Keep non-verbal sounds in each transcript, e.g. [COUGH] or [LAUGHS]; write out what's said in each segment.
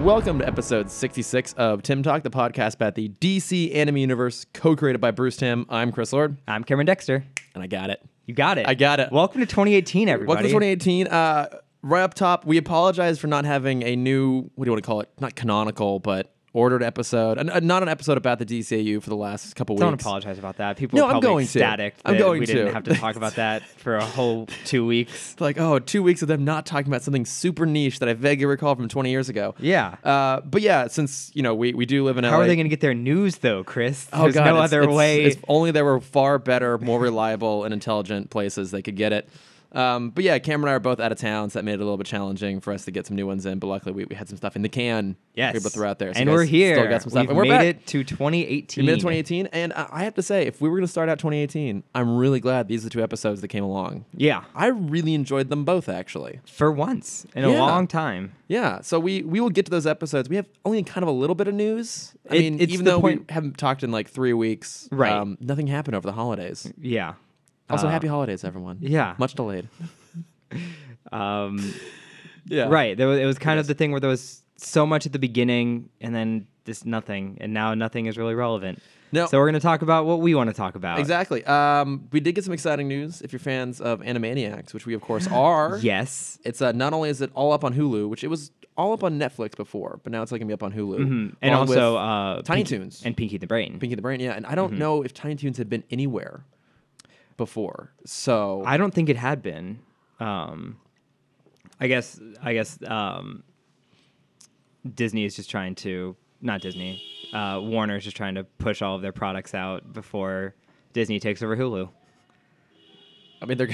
Welcome to episode 66 of Tim Talk, the podcast about the DC anime universe, co created by Bruce Tim. I'm Chris Lord, I'm Cameron Dexter. and I got it. You got it. I got it. Welcome to 2018, everybody. Welcome to 2018. Uh, right up top, we apologize for not having a new, what do you want to call it? Not canonical, but ordered episode. An, uh, not an episode about the DCAU for the last couple Don't weeks. apologize about that. People No, are I'm probably going to. ecstatic I'm that going we to. didn't have to talk about that for a whole two weeks. It's like, oh, two weeks of them not talking about something super niche that I vaguely recall from 20 years ago. Yeah. Uh, but [LAUGHS] yeah, since, you know, we, we do live in How LA. are they going to get their news, though, Chris? Oh There's god! no it's- other it's- way. If only there were far better, more reliable, and intelligent places they could get it. Um, but yeah, Cameron and I are both out of town, so that made it a little bit challenging for us to get some new ones in. But luckily, we, we had some stuff in the can. yes. we both were out there, so and you guys we're here. Still got some stuff, We've and we're made back. it to 2018. We made it 2018, and I, I have to say, if we were going to start out 2018, I'm really glad these are the two episodes that came along. Yeah. I really enjoyed them both, actually. For once in Yeah. a long time. Yeah, so we we will get to those episodes. We have only kind of a little bit of news. I It- mean, it's even the though point- we haven't talked in like three weeks, um, Right. nothing happened over the holidays. Yeah. Also, Uh, happy holidays, everyone. yeah. Much delayed. Um, [LAUGHS] Yeah. Right. There was, it was kind of the thing where there was so much at the beginning and then just nothing. And now nothing is really relevant. No. So we're going to talk about what we want to talk [LAUGHS] about. Exactly. Um, we did get some exciting news if you're fans of Animaniacs, which we, of [GASPS] course, are. Yes. It's uh, not only is it all up on Hulu, which it was all up on Netflix before, but now it's like going to be up on Hulu. Mm-hmm. And along with also uh, mm-hmm. Tiny Pinky- Toons. And Pinky the Brain. Pinky the Brain. Yeah. And I don't know if Tiny Toons had been anywhere before. So. I don't think it had been. Um, I guess I guess um, Disney is just trying to not Disney. Uh, Warner is just trying to push all of their products out before Disney takes over Hulu. I mean, they're.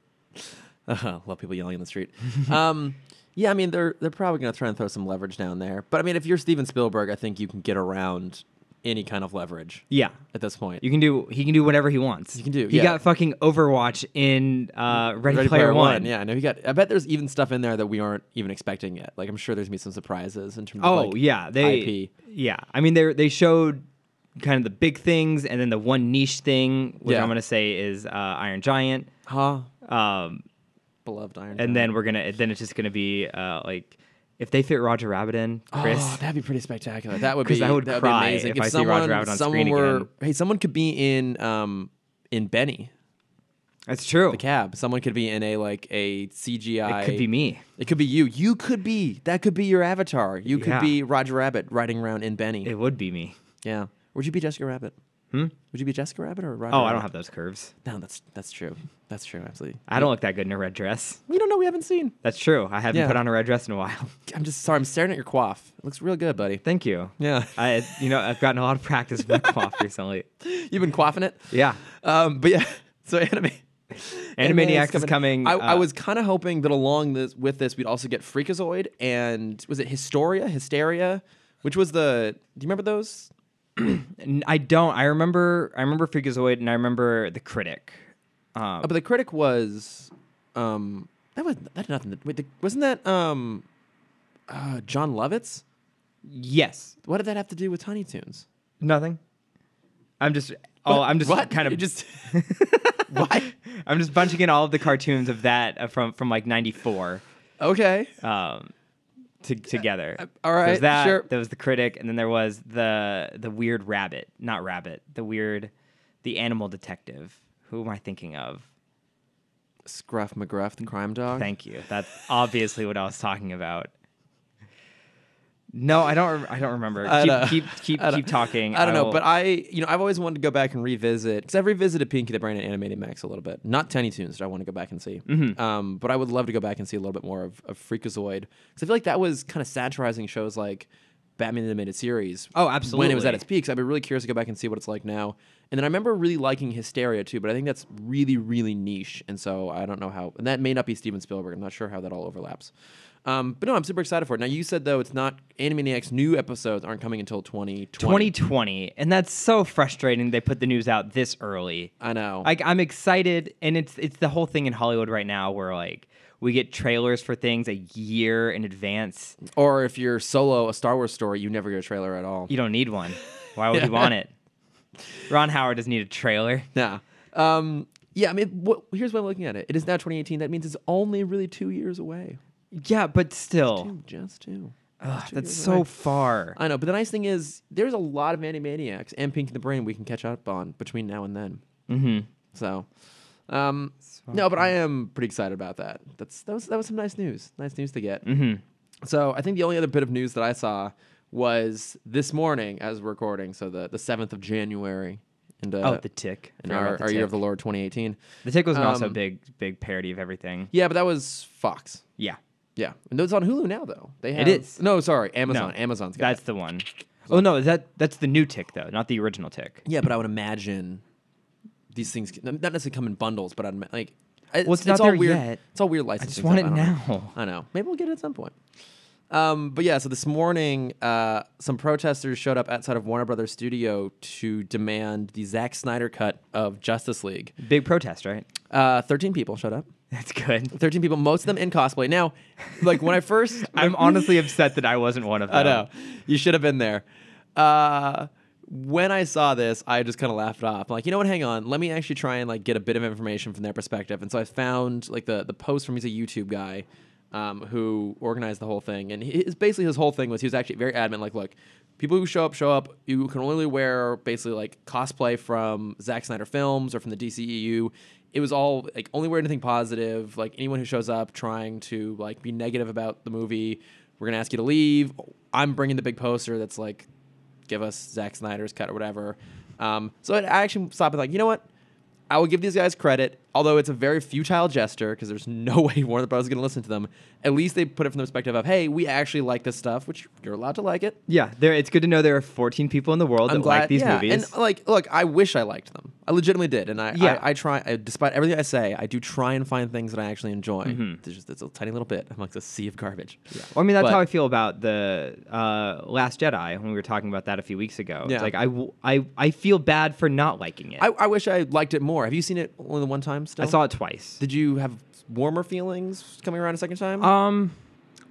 [LAUGHS] uh, love people yelling in the street. [LAUGHS] Um, yeah, I mean, they're they're probably going to try and throw some leverage down there. But I mean, if you're Steven Spielberg, I think you can get around any kind of leverage Yeah, at this point. you can do he can do whatever he wants. He can do, He yeah. got fucking Overwatch in uh, Ready, Player, One. Yeah, I know you got. I bet there's even stuff in there that we aren't even expecting yet. Like I'm sure there's gonna be some surprises in terms. Oh of like, yeah, they IP. yeah. I mean they they showed kind of the big things and then the one niche thing which Yeah. I'm gonna say is uh, Iron Giant. Huh. Um, Beloved Iron. and Giant. then we're gonna then it's just gonna be uh, like if they fit Roger [GASPS] Rabbit in Chris. Oh, that'd be pretty spectacular. That would 'Cause be. I would that would cry be amazing if I see Roger Rabbit on someone screen were. again. Hey, someone could be in um in Benny That's true. the cab. Someone could be in a like a CGI. It could be me. It could be you. You could be. That could be your avatar. You could Yeah. be Roger Rabbit riding around in Benny. It would be me. yeah. Would you be Jessica Rabbit? Hmm. Would you be Jessica Rabbit or Roger? Oh, Rabbit? I don't have those curves. No, that's that's true. That's true. Absolutely. I don't look that good in a red dress. We don't know. We haven't seen. That's true. I haven't Yeah. put on a red dress in a while. [LAUGHS] I'm just sorry. I'm staring at your coif. It looks real good, buddy. Thank you. Yeah. I you know I've gotten a lot [LAUGHS] of practice with my coif recently. You've been quaffing it. Yeah. Um, but yeah. [LAUGHS] So anime. Animaniacs is coming, I, I uh, was kind of hoping that along this with this we'd also get Freakazoid and was it Historia? Hysteria, which was the. Do you remember those? N- I don't. I remember. I remember Freakazoid, and I remember the critic. Um, Uh, but the critic was, um, that was that had nothing. To, wait, the, wasn't that um, uh, John Lovitz? yes. What did that have to do with Tiny Toons? Nothing. I'm just. Oh, I'm just what? [LAUGHS] kind of You just what? [LAUGHS] I'm just bunching in all of the cartoons of that uh, from from like '94 Okay. um, to, together. Uh, all There right, was that. sure. There was the critic, and then there was the the weird rabbit, not rabbit, the weird, the animal detective. Who am I thinking of? Scruff McGruff, the crime dog. Thank you. That's obviously what I was talking about. No, I don't. Rem- I don't remember. I keep, don't- keep [LAUGHS] keep I don't- keep talking. I don't know, will- but I, you know, I've always wanted to go back and revisit because I've revisited Pinky the Brain and Animated Max a little bit. Not Tiny Toons that I want to go back and see, Mm-hmm. um, but I would love to go back and see a little bit more of, of Freakazoid because I feel like that was kind of satirizing shows like Batman the Animated Series. Oh, When it was at absolutely. its peak, so I'd be really curious to go back and see what it's like now. And then I remember really liking Hysteria too, but I think that's really really niche, and so I don't know how. And that may not be Steven Spielberg. I'm not sure how that all overlaps. Um, but no, I'm super excited for it. Now you said though it's not Animaniacs new episodes aren't coming until 2020. 2020, and that's so frustrating. They put the news out this early. I know. like I'm excited, and it's it's the whole thing in Hollywood right now where like we get trailers for things a year in advance. or if you're solo a Star Wars story, you never get a trailer at all. You don't need one. Why would you [LAUGHS] want it? Ron Howard doesn't need a trailer. Nah. Um, yeah, I mean, what, here's what I'm looking at it. It is now 2018. That means it's only really two years away. Yeah, but still, Ooh, Just two. Oh. Ugh, that's you're so right. far. I know, but the nice thing is there's a lot of Animaniacs and Pink in the Brain we can catch up on between now and then. Mm-hmm. So, um, no, but I am pretty excited about that. That's that was that was some nice news. Nice news to get. Mm-hmm. So I think the only other bit of news that I saw was this morning as we're recording, so the the seventh of January, and uh, Oh, the tick. in Forgot our, about our year of the tick. Lord 2018. The tick was an also um, big, big parody of everything. Yeah, but that was Fox. Yeah, Yeah, and it's on Hulu now though. They have, It is. no, sorry, Amazon. Amazon's got that's the one. Oh no, that that's the new tick though, not the original tick. Yeah, but I would imagine these things c- not necessarily come in bundles, but I'd ima- like I- it's not all there weird. yet. It's all weird licensing. just want stuff. it I don't know. now. I know. Maybe we'll get it at some point. Um, but yeah, so this morning, uh, some protesters showed up outside of Warner Brothers studio to demand the Zack Snyder cut of Justice League. Big protest, right? Uh, Thirteen people showed up. That's good. Thirteen people, most of them in cosplay. Now, like when I first, [LAUGHS] I'm honestly upset that I wasn't one of them. I know. Um, You should have been there. Uh, when I saw this, I just kind of laughed it off. I'm like, you know what? Hang on. Let me actually try and like get a bit of information from their perspective. And so I found like the the post from he's a YouTube guy um, who organized the whole thing. And his basically his whole thing was he was actually very adamant. Like, look, people who show up show up. You can only wear basically like cosplay from Zack Snyder films or from the E DCEU. It was all like only wear anything positive. Like anyone who shows up trying to like be negative about the movie we're gonna ask you to leave. I'm bringing the big poster that's like, give us Zack Snyder's cut or whatever. Um, so I I actually stopped and like, you know what? I will give these guys credit, although it's a very futile gesture because there's [LAUGHS] no way Warner Bros. is gonna listen to them. At least they put it from the perspective of, hey, we actually like this stuff, which you're allowed to like it. Yeah, there. It's good to know there are 14 people in the world I'm that glad like these yeah. movies. And oh, like, look, I wish I liked them. I legitimately did, and I Yeah. I, I try. I, despite everything I say, I do try and find things that I actually enjoy. There's just it's a tiny little bit amongst a sea of garbage. Yeah. Mm-hmm. Well, I mean, that's But- how I feel about the uh, Last Jedi when we were talking about that a few weeks ago. Yeah. It's like I, w- I, I feel bad for not liking it. I, I wish I liked it more. Have you seen it only the one time still? I saw it twice. Did you have warmer feelings coming around a second time? Um,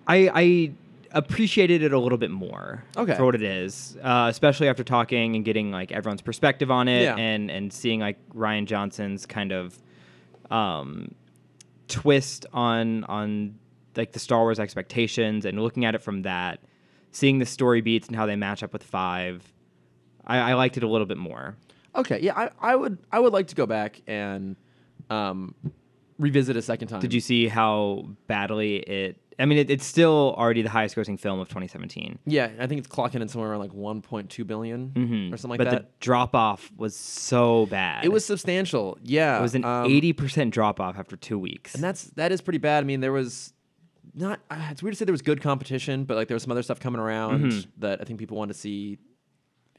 I I appreciated it a little bit more. Okay. For what it is, uh, especially after talking and getting like everyone's perspective on it, Yeah. and and seeing like Ryan Johnson's kind of, um, twist on on like the Star Wars expectations and looking at it from that, seeing the story beats and how they match up with five. I, I liked it a little bit more. okay, yeah, I, I would I would like to go back and um, revisit a second time. Did you see how badly it? I mean, it, it's still already the highest-grossing film of 2017. Yeah, I think it's clocking in somewhere around like 1.2 billion Mhm. or something like but that. the drop off was so bad. it was substantial. Yeah, it was an um, eighty percent drop off after two weeks. and that's that is pretty bad. I mean, there was not. Uh, it's weird to say there was good competition, but like there was some other stuff coming around that I think people wanted to see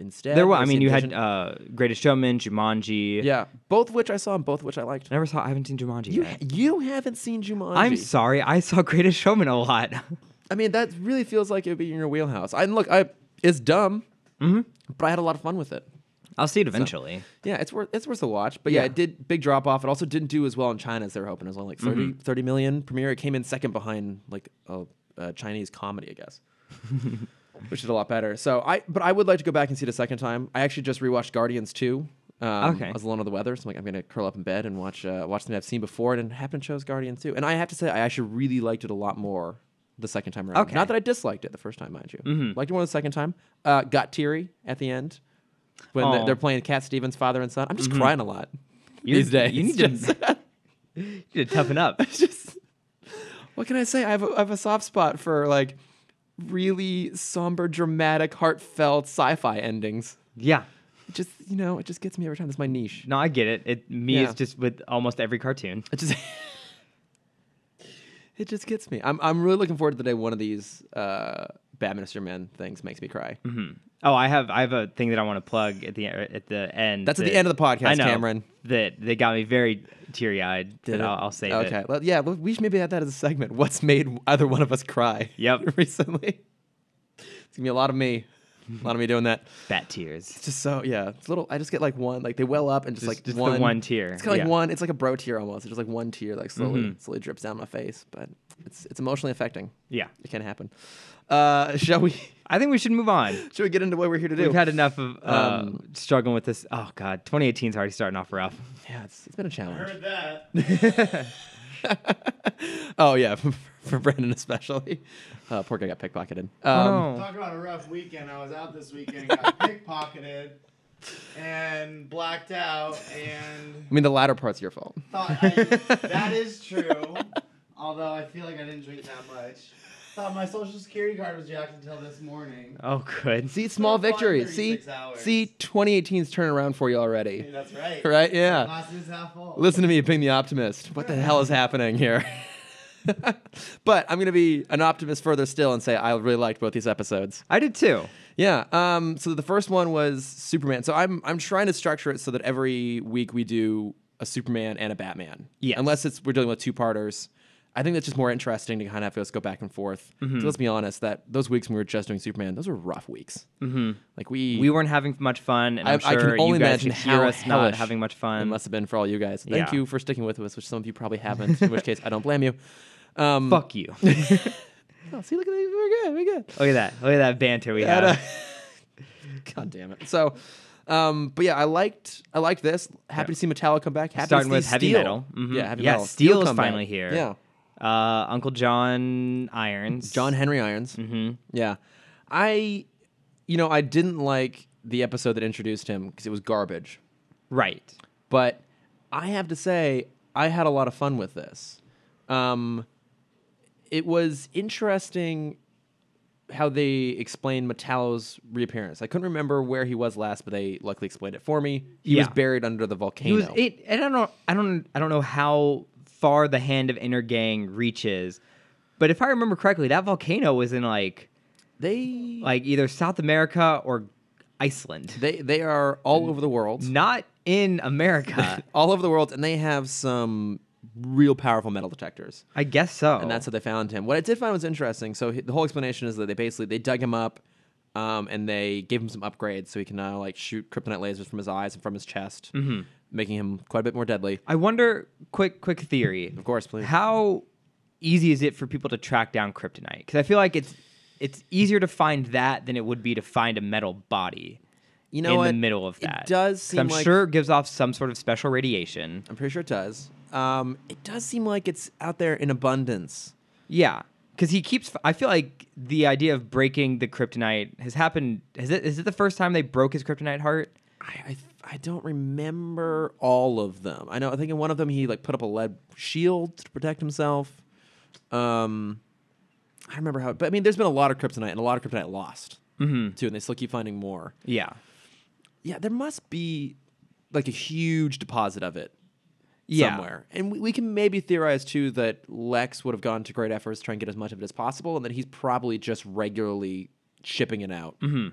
instead. there was. or I see mean, you had envisioned. uh, Greatest Showman, Jumanji. yeah, both which I saw and both which I liked. I never saw. I haven't seen Jumanji You yet. you haven't seen Jumanji. I'm sorry. I saw Greatest Showman a lot. [LAUGHS] I mean, that really feels like it would be in your wheelhouse. I and look, I it's dumb, but I had a lot of fun with it. I'll see it eventually. Yeah, it's worth it's worth a watch. But yeah, Yeah. it did big drop off. It also didn't do as well in China as they were hoping. It was only like 30, Mm-hmm. 30 million premiere. It came in second behind like a, a Chinese comedy, I [LAUGHS] guess. Which is a lot better. So I, but I would like to go back and see it a second time. I actually just rewatched Guardians two. Um, Okay. I was alone on the weather, so I'm like, I'm gonna curl up in bed and watch uh, watch something I've seen before, and it happened to chose Guardians two. And I have to say, I actually really liked it a lot more the second time around. Okay. Mm-hmm. Not that I disliked it the first time, mind you. Liked it more the second time. Uh, got teary at the end when they're, Aw. they're playing Cat Stevens' father and son. I'm just crying a lot You're- these days. you need [LAUGHS] to- just, [LAUGHS] You need to toughen up. [LAUGHS] just- what can I say? I have, a, I have a soft spot for like really somber, dramatic, heartfelt sci-fi endings. yeah. It just you know, it just gets me every time. That's my niche. No, I get it. It me Yeah. is just with almost every cartoon. It just [LAUGHS] it just gets me. I'm I'm really looking forward to the day one of these uh, Badminster Men things makes me cry. Oh, I have I have a thing that I want to plug at the at the end. That's at the that- end of the podcast, I know, Cameron. That that got me very teary eyed. That I'll, I'll save it. Okay. Well, yeah, well, we should maybe add that as a segment. What's made either one of us cry? [LAUGHS] Yep. recently. It's gonna be a lot of me, a lot of me doing that. Bat tears. It's just so yeah. It's little. I just get like one. Like they well up and just, Just- like just the one, one tear, It's kind of yeah. like one. It's like a bro tear almost. It's just like one tear like slowly Mm-hmm. slowly drips down my face. But it's it's emotionally affecting. Yeah. It can happen. Uh, [LAUGHS] shall we? I think we should move on. Should we get into what we're here to do? We've had enough of uh, Um, struggling with this. Oh God, 2018 is already starting off rough. [LAUGHS] yeah, it's, it's been a challenge. Heard that. oh yeah, [LAUGHS] for Brendan especially. Uh, poor guy got pickpocketed. Um, Oh, Talk about a rough weekend. I was out this [LAUGHS] weekend, got pickpocketed, and blacked out, and I mean, the latter part's your fault. thought I, [LAUGHS] that is true. Although I feel like I didn't drink that much. Thought my social security card was jacked until this morning. oh, good. See, small Still fine victories. See, 36 hours. see, 2018's turnaround for you already. Hey, that's right. Oh. Right? Yeah. Glass is half full. Listen to me, being the optimist. What the hell is happening here? [LAUGHS] but I'm gonna be an optimist further still and say I really liked both these episodes. I did too. Yeah. Um, so the first one was Superman. So I'm I'm trying to structure it so that every week we do a Superman and a Batman. Yes. Unless it's we're dealing with two parters. I think that's just more interesting to kind of have us go back and forth. 'Cause let's be honest, that those weeks when we were just doing Superman, those were rough weeks. Mm-hmm. Like we We weren't having much fun, and I- I'm I can sure only you guys imagine can hear how us not hellish having much it fun. must have been for all you guys. Thank Yeah. you for sticking with us, which some of you probably haven't. in which case, I don't blame you. Um, [LAUGHS] Fuck you. oh, see, look at these. We're good. We're good. Look at that. Look at that banter we That, had. [LAUGHS] uh, God damn it. So, um, but yeah, I liked I liked this. Happy to see Metallica come back. Happy Starting to see with heavy Steel. metal. Mhm. Yeah, heavy Yeah, metal. Steel is come back. finally here. Yeah, Uh, Uncle John Irons. John Henry Irons. hmm Yeah, I, you know, I didn't like the episode that introduced him because it was garbage. Right. But I have to say, I had a lot of fun with this. Um, it was interesting how they explained Metallo's reappearance. I couldn't remember where he was last, but they luckily explained it for me. He was Yeah. buried under the He volcano. was it, and I don't, I don't, I don't know how far the hand of Inner Gang reaches, but if I remember correctly, that volcano was in like, they like either South America or Iceland, [LAUGHS] they they are all over the world, not in [LAUGHS] America. all over the world, and they have some real powerful metal detectors. I guess so. and that's how they found him. What I did find was interesting. So he- the whole explanation is that they basically they dug him up, um, and they gave him some upgrades so he can now like shoot kryptonite lasers from his eyes and from his chest, Mm-hmm. making him quite a bit more deadly. I wonder. Quick, quick theory. Of course, please. How easy is it for people to track down kryptonite? Because I feel like it's it's easier to find that than it would be to find a metal body you know in what? the middle of that. It does 'Cause seem I'm like sure it gives off some sort of special radiation. I'm pretty sure it does. Um, it does seem like it's out there in abundance. Yeah, because he keeps. I feel like the idea of breaking the kryptonite has happened. Is it is it the first time they broke his kryptonite heart? I, I I don't remember all of them. I know. I think in one of them he like put up a lead shield to protect himself. Um, I remember how. But I mean, there's been a lot of kryptonite and a lot of kryptonite lost Mm-hmm. too, and they still keep finding more. Yeah, Yeah, there must be like a huge deposit of it yeah. somewhere, and we, we can maybe theorize too that Lex would have gone to great efforts to try and get as much of it as possible, and that he's probably just regularly shipping it out. To as Mm-hmm.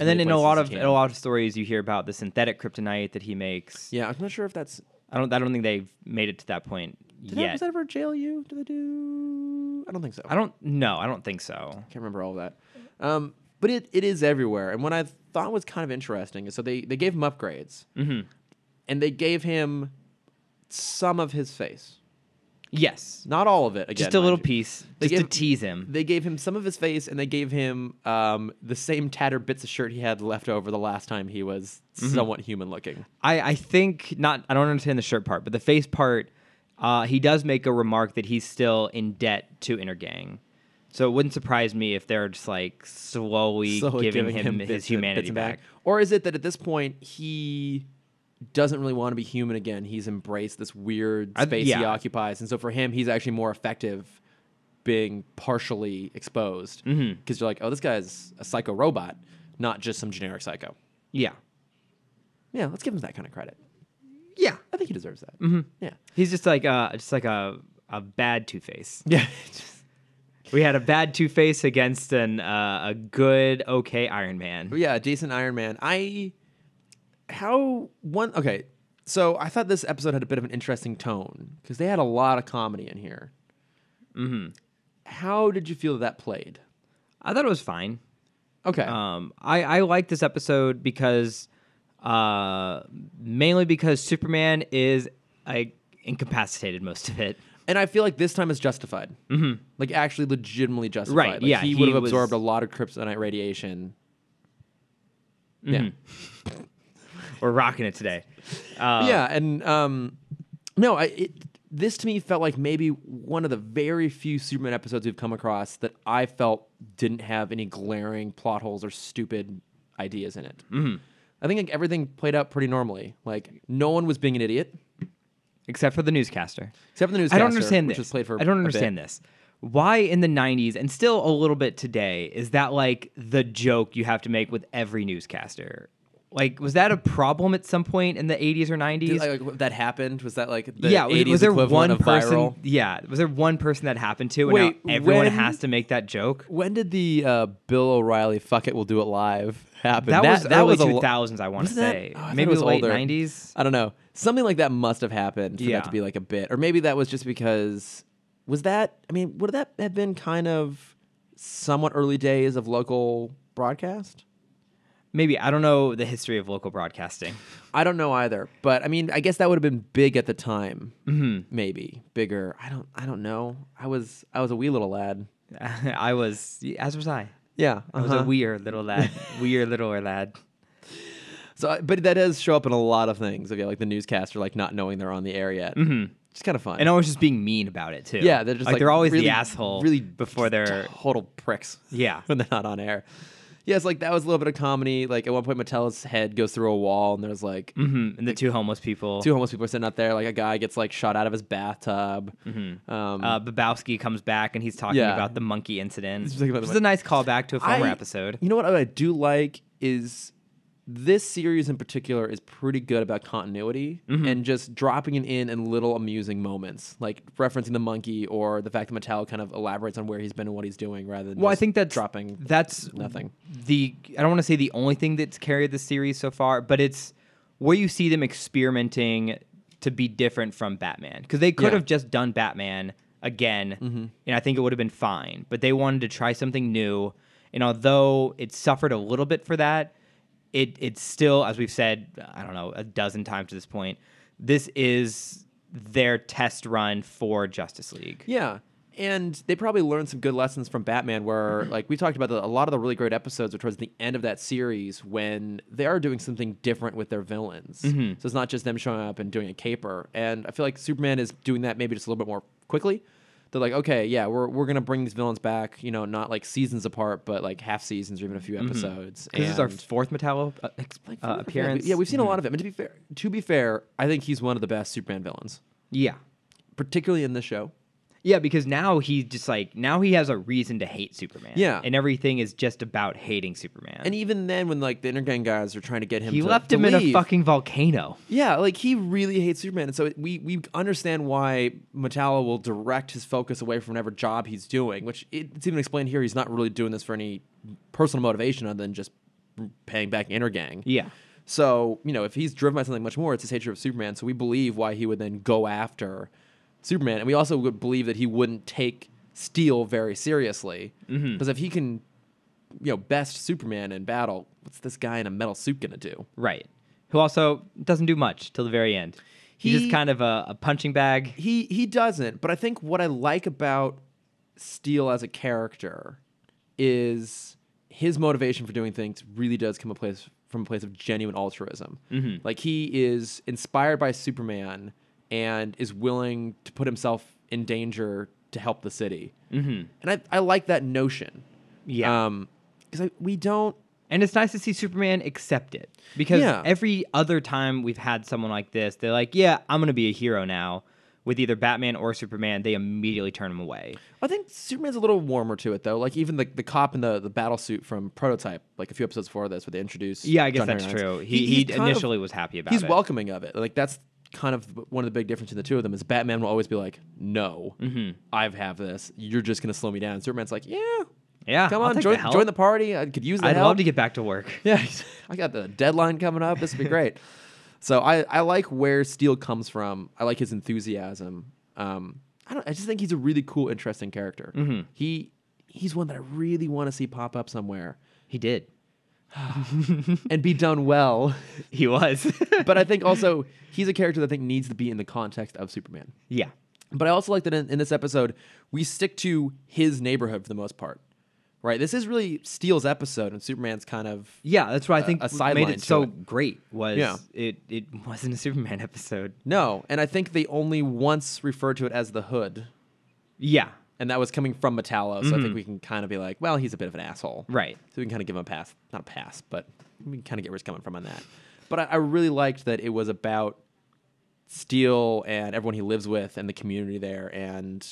And then many in a places lot as of he in can. a lot of stories, you hear about the synthetic kryptonite that he makes. yeah, I'm not sure if that's I don't. I don't think they've made it to that point Did that, yet. was that ever jail you? Did they do? I don't think so. I don't. No, I don't think so. can't remember all of that. Um, but it, it is everywhere. And what I thought was kind of interesting is so they, they gave him upgrades. Mhm. And they gave him some of his face. Yes, Not all of it, again. just a little mind you. piece, They just to give- tease him. They gave him some of his face and they gave him um, the same tattered bits of shirt he had left over the last time he was Mm-hmm. somewhat human looking. I, I think not. I don't understand the shirt part, but the face part. Uh, he does make a remark that he's still in debt to Inner Gang, so it wouldn't surprise me if they're just like slowly, slowly giving, him, bits and- his humanity bits and back. Or is it that at this point he doesn't really want to be human again? He's embraced this weird I- space he yeah. occupies, and so for him, he's actually more effective being partially exposed because Mm-hmm. you're like, oh, this guy's a psycho robot, not just some generic psycho. Yeah, Yeah, let's give him that kind of credit. yeah. Mm-hmm. I think he deserves that. Yeah, He's just like uh, just like a a bad Two Face. [LAUGHS] yeah. We had a bad Two Face against an uh, a good okay Iron Man. But yeah, decent Iron Man. I how one okay. So I thought this episode had a bit of an interesting tone because they had a lot of comedy in here. Mm-hmm. How did you feel that played? I thought it was fine. Okay, Um, I, I like this episode because, uh, mainly because Superman is like incapacitated most of it. and I feel like this time is justified. Mm-hmm. Like actually, legitimately justified. Right, Like, yeah, he he would have was- absorbed a lot of kryptonite radiation. Yeah. We're rocking it today. Uh, yeah, and um, no, I it, this to me felt like maybe one of the very few Superman episodes we've come across that I felt didn't have any glaring plot holes or stupid ideas in it. I think like everything played out pretty normally. Like no one was being an idiot except for the newscaster. except for the newscaster. I don't understand which this. was played for I don't a bit. understand this. Why in the 90s and still a little bit today is that like the joke you have to make with every newscaster? Like was that a problem at some point in the 80s or 90s? Did, like, like, that happened. Was that like the yeah, was, 80s was there equivalent one of person? viral? Yeah, was there one person that happened to? And Wait, now everyone when- has to make that joke. When did the uh, Bill O'Reilly "fuck it, we'll do it live" happen? That, was early a lo- 2000s. I want to Wasn't that- say oh, I thought it maybe was late older. 90s. I don't know. Something like that must have happened for Yeah. that to be like a bit, or maybe that was just because was that? I mean, would that have been kind of somewhat early days of local broadcast? Maybe I don't know the history of local broadcasting. [LAUGHS] I don't know either, but I mean, I guess that would have been big at the time. Mm-hmm. Maybe bigger. I don't. I don't know. I was. I was a wee little lad. I was as was I. Yeah, uh-huh. I was a weird little lad. weird littler lad. So, I- but that does show up in a lot of things. Okay, like the newscaster, like not knowing they're on the air yet. Mm-hmm. It's kind of fun. And always just being mean about it too. yeah, they're just like, they're always really, the asshole Really, before just they're total pricks. Yeah. [LAUGHS] when they're not on air. Yes, like that was a little bit of comedy. Like at one point, Mattel's head goes through a wall, and there's like Mhm, and the two homeless people. two homeless people are sitting out there. Like a guy gets like shot out of his bathtub. Um, uh, Babowski comes back and he's talking Yeah. about the monkey incident. Which just like about the is a nice callback to a former I- episode. You know what I do like is this series in particular is pretty good about continuity and just dropping it in in little amusing moments, like referencing the monkey or the fact that Mattel kind of elaborates on where he's been and what he's doing rather than Well, I just think that's dropping. That's nothing. The I don't want to say the only thing that's carried the series so far, but it's where you see them experimenting to be different from Batman because they could Yeah. have just done Batman again, and I think it would have been fine. But they wanted to try something new, and although it suffered a little bit for that, it it's still, as we've said, I don't know, a dozen times to this point, this is their test run for Justice League. Yeah. And they probably learned some good lessons from Batman, where [CLEARS THROAT] like we talked about the, a lot of the really great episodes, which was the end of that series when they are doing something different with their villains. Mm-hmm. So it's not just them showing up and doing a caper. And I feel like Superman is doing that maybe just a little bit more quickly. They're like, okay, yeah, we're, we're gonna bring these villains back, you know, not like seasons apart, but like half seasons or even a few episodes. Mm-hmm. This is our And- fourth Metallo uh, ex- like, uh, yeah, appearance. Mm-hmm. Yeah, we've seen a lot of him. And to be fair, to be fair, I think he's one of the best Superman villains, Yeah. particularly in this show. Yeah, because now he just like now he has a reason to hate Superman. Yeah. And everything is just about hating Superman. And even then, when like the intergang guys are trying to get him, he to- left to him in a leave, fucking volcano. yeah, like he really hates Superman, and so it, we we understand why Metallo will direct his focus away from whatever job he's doing. Which it, it's even explained here; he's not really doing this for any personal motivation other than just paying back intergang. Yeah. So you know, if he's driven by something much more, it's his hatred of Superman. So we believe why he would then go after Superman, and we also would believe that he wouldn't take Steel very seriously because if he can, you know, best Superman in battle, what's this guy in a metal suit gonna do? Right. Who also doesn't do much till the very end. He's He- just kind of a, a punching bag. He he doesn't. But I think what I like about Steel as a character is his motivation for doing things really does come a place from a place of genuine altruism. Like he is inspired by Superman and is willing to put himself in danger to help the city. Mm-hmm. And I, I like that notion. Yeah. Um, because we don't And it's nice to see Superman accept it because Yeah. every other time we've had someone like this, they're like, "Yeah, I'm gonna be a hero now." With either Batman or Superman, they immediately turn him away. I think Superman's a little warmer to it though. Like even the, the cop in the, the battle suit from Prototype, like a few episodes before this, where they introduced. Yeah, I guess John Henry that's Irons. true. He, he's he, kind of- initially was happy about he's it. welcoming of it. Like that's kind of one of the big differences in the two of them is Batman will always be like, "No, Mm-hmm. I've have this. You're just gonna slow me down." Superman's like, "Yeah, Yeah, come I'll on, take join the help. join the party. I could use the I'd help." love to get back to work. Yeah, [LAUGHS] he's- I got the deadline coming up. This would be great. so I, I like where Steele comes from. I like his enthusiasm. Um, I don't. I just think he's a really cool, interesting character. He he's one that I really want to see pop up somewhere He [SIGHS] did. and be done well. [LAUGHS] He was. but I think also he's a character that I think needs to be in the context of Superman. yeah. But I also like that in, in this episode we stick to his neighborhood for the most part. right? This is really Steele's episode, and Superman's kind of Yeah, that's what I think a w- made sideline it to so it. great was Yeah. it it wasn't a Superman [LAUGHS] episode. no. And I think they only once referred to it as the Hood, Yeah, and that was coming from Metallo. So I think we can kind of be like, well, he's a bit of an asshole, Mm-hmm. right. So we can kind of give him a pass, not a pass, but we can kind of get where he's coming from on that. But I, I really liked that it was about Steele and everyone he lives with and the community there and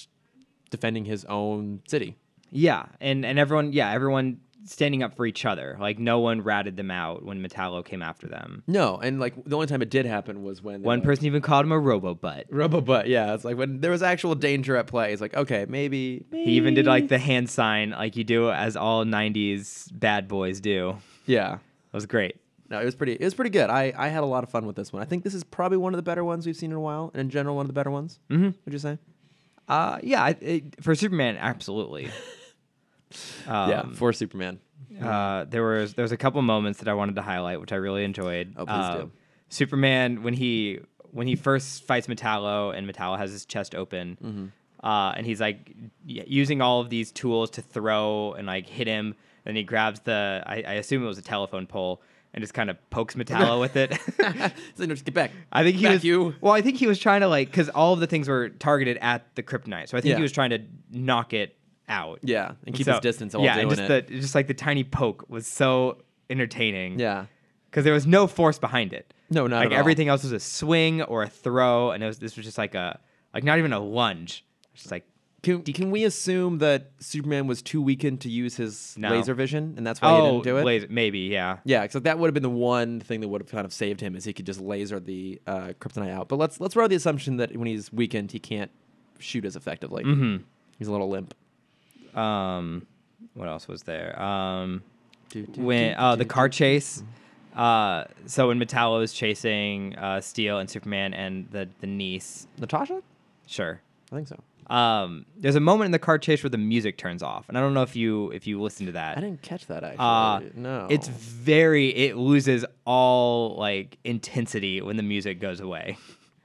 defending his own city. Yeah, and and everyone, yeah, everyone standing up for each other. Like no one ratted them out when Metallo came after them. No, and like the only time it did happen was when they One like, person even called him a robo butt. Robo butt, yeah. It's like when there was actual danger at play. It's like, okay, maybe, He even did like maybe. the hand sign, like you do as all '90s bad boys do. That yeah. was great. No, it was pretty. It was pretty good. I, I had a lot of fun with this one. I think this is probably one of the better ones we've seen in a while, and in general, one of the better ones. Mm-hmm. Would you say? Uh, yeah, I it, for Superman, [LAUGHS] absolutely. um, yeah, for [LAUGHS] Superman. [LAUGHS] Uh, there was there was a couple moments that I wanted to highlight, which I really enjoyed. Oh, please Uh, do. Superman when he when he first fights Metallo and Metallo has his chest open, Mm-hmm. uh, and he's like y- using all of these tools to throw and like hit him. And he grabs the I, I assume it was a telephone pole and just kind of pokes Metallo with [LAUGHS] it. [LAUGHS] so just get back. I think he Back was. you. Well, I think he was trying to like because all of the things were targeted at the kryptonite, so I think Yeah. he was trying to knock it out. Yeah, and keep So- his distance while yeah, doing and just it. The, just like the tiny poke was so entertaining. yeah, because there was no force behind it. No, not like at all. everything else was a swing or a throw, and it was, this was just like a like not even a lunge. Just like Can, can we assume that Superman was too weakened to use his No. laser vision, and that's why he oh, didn't do it? laser- maybe yeah. Yeah, so that would have been the one thing that would have kind of saved him is he could just laser the uh, kryptonite out. But let's let's run with the assumption that when he's weakened, he can't shoot as effectively. Mm-hmm. He's a little limp. Hmm. Um, what else was there? Um, Do, do, when do, uh, the do, car do. chase. Uh, so when Metallo is chasing uh, Steel and Superman and the the niece, Natasha, sure. I think so. Um, there's a moment in the car chase where the music turns off, and I don't know if you if you listen to that. I didn't catch that actually. Uh, no, It's very it loses all like intensity when the music goes away.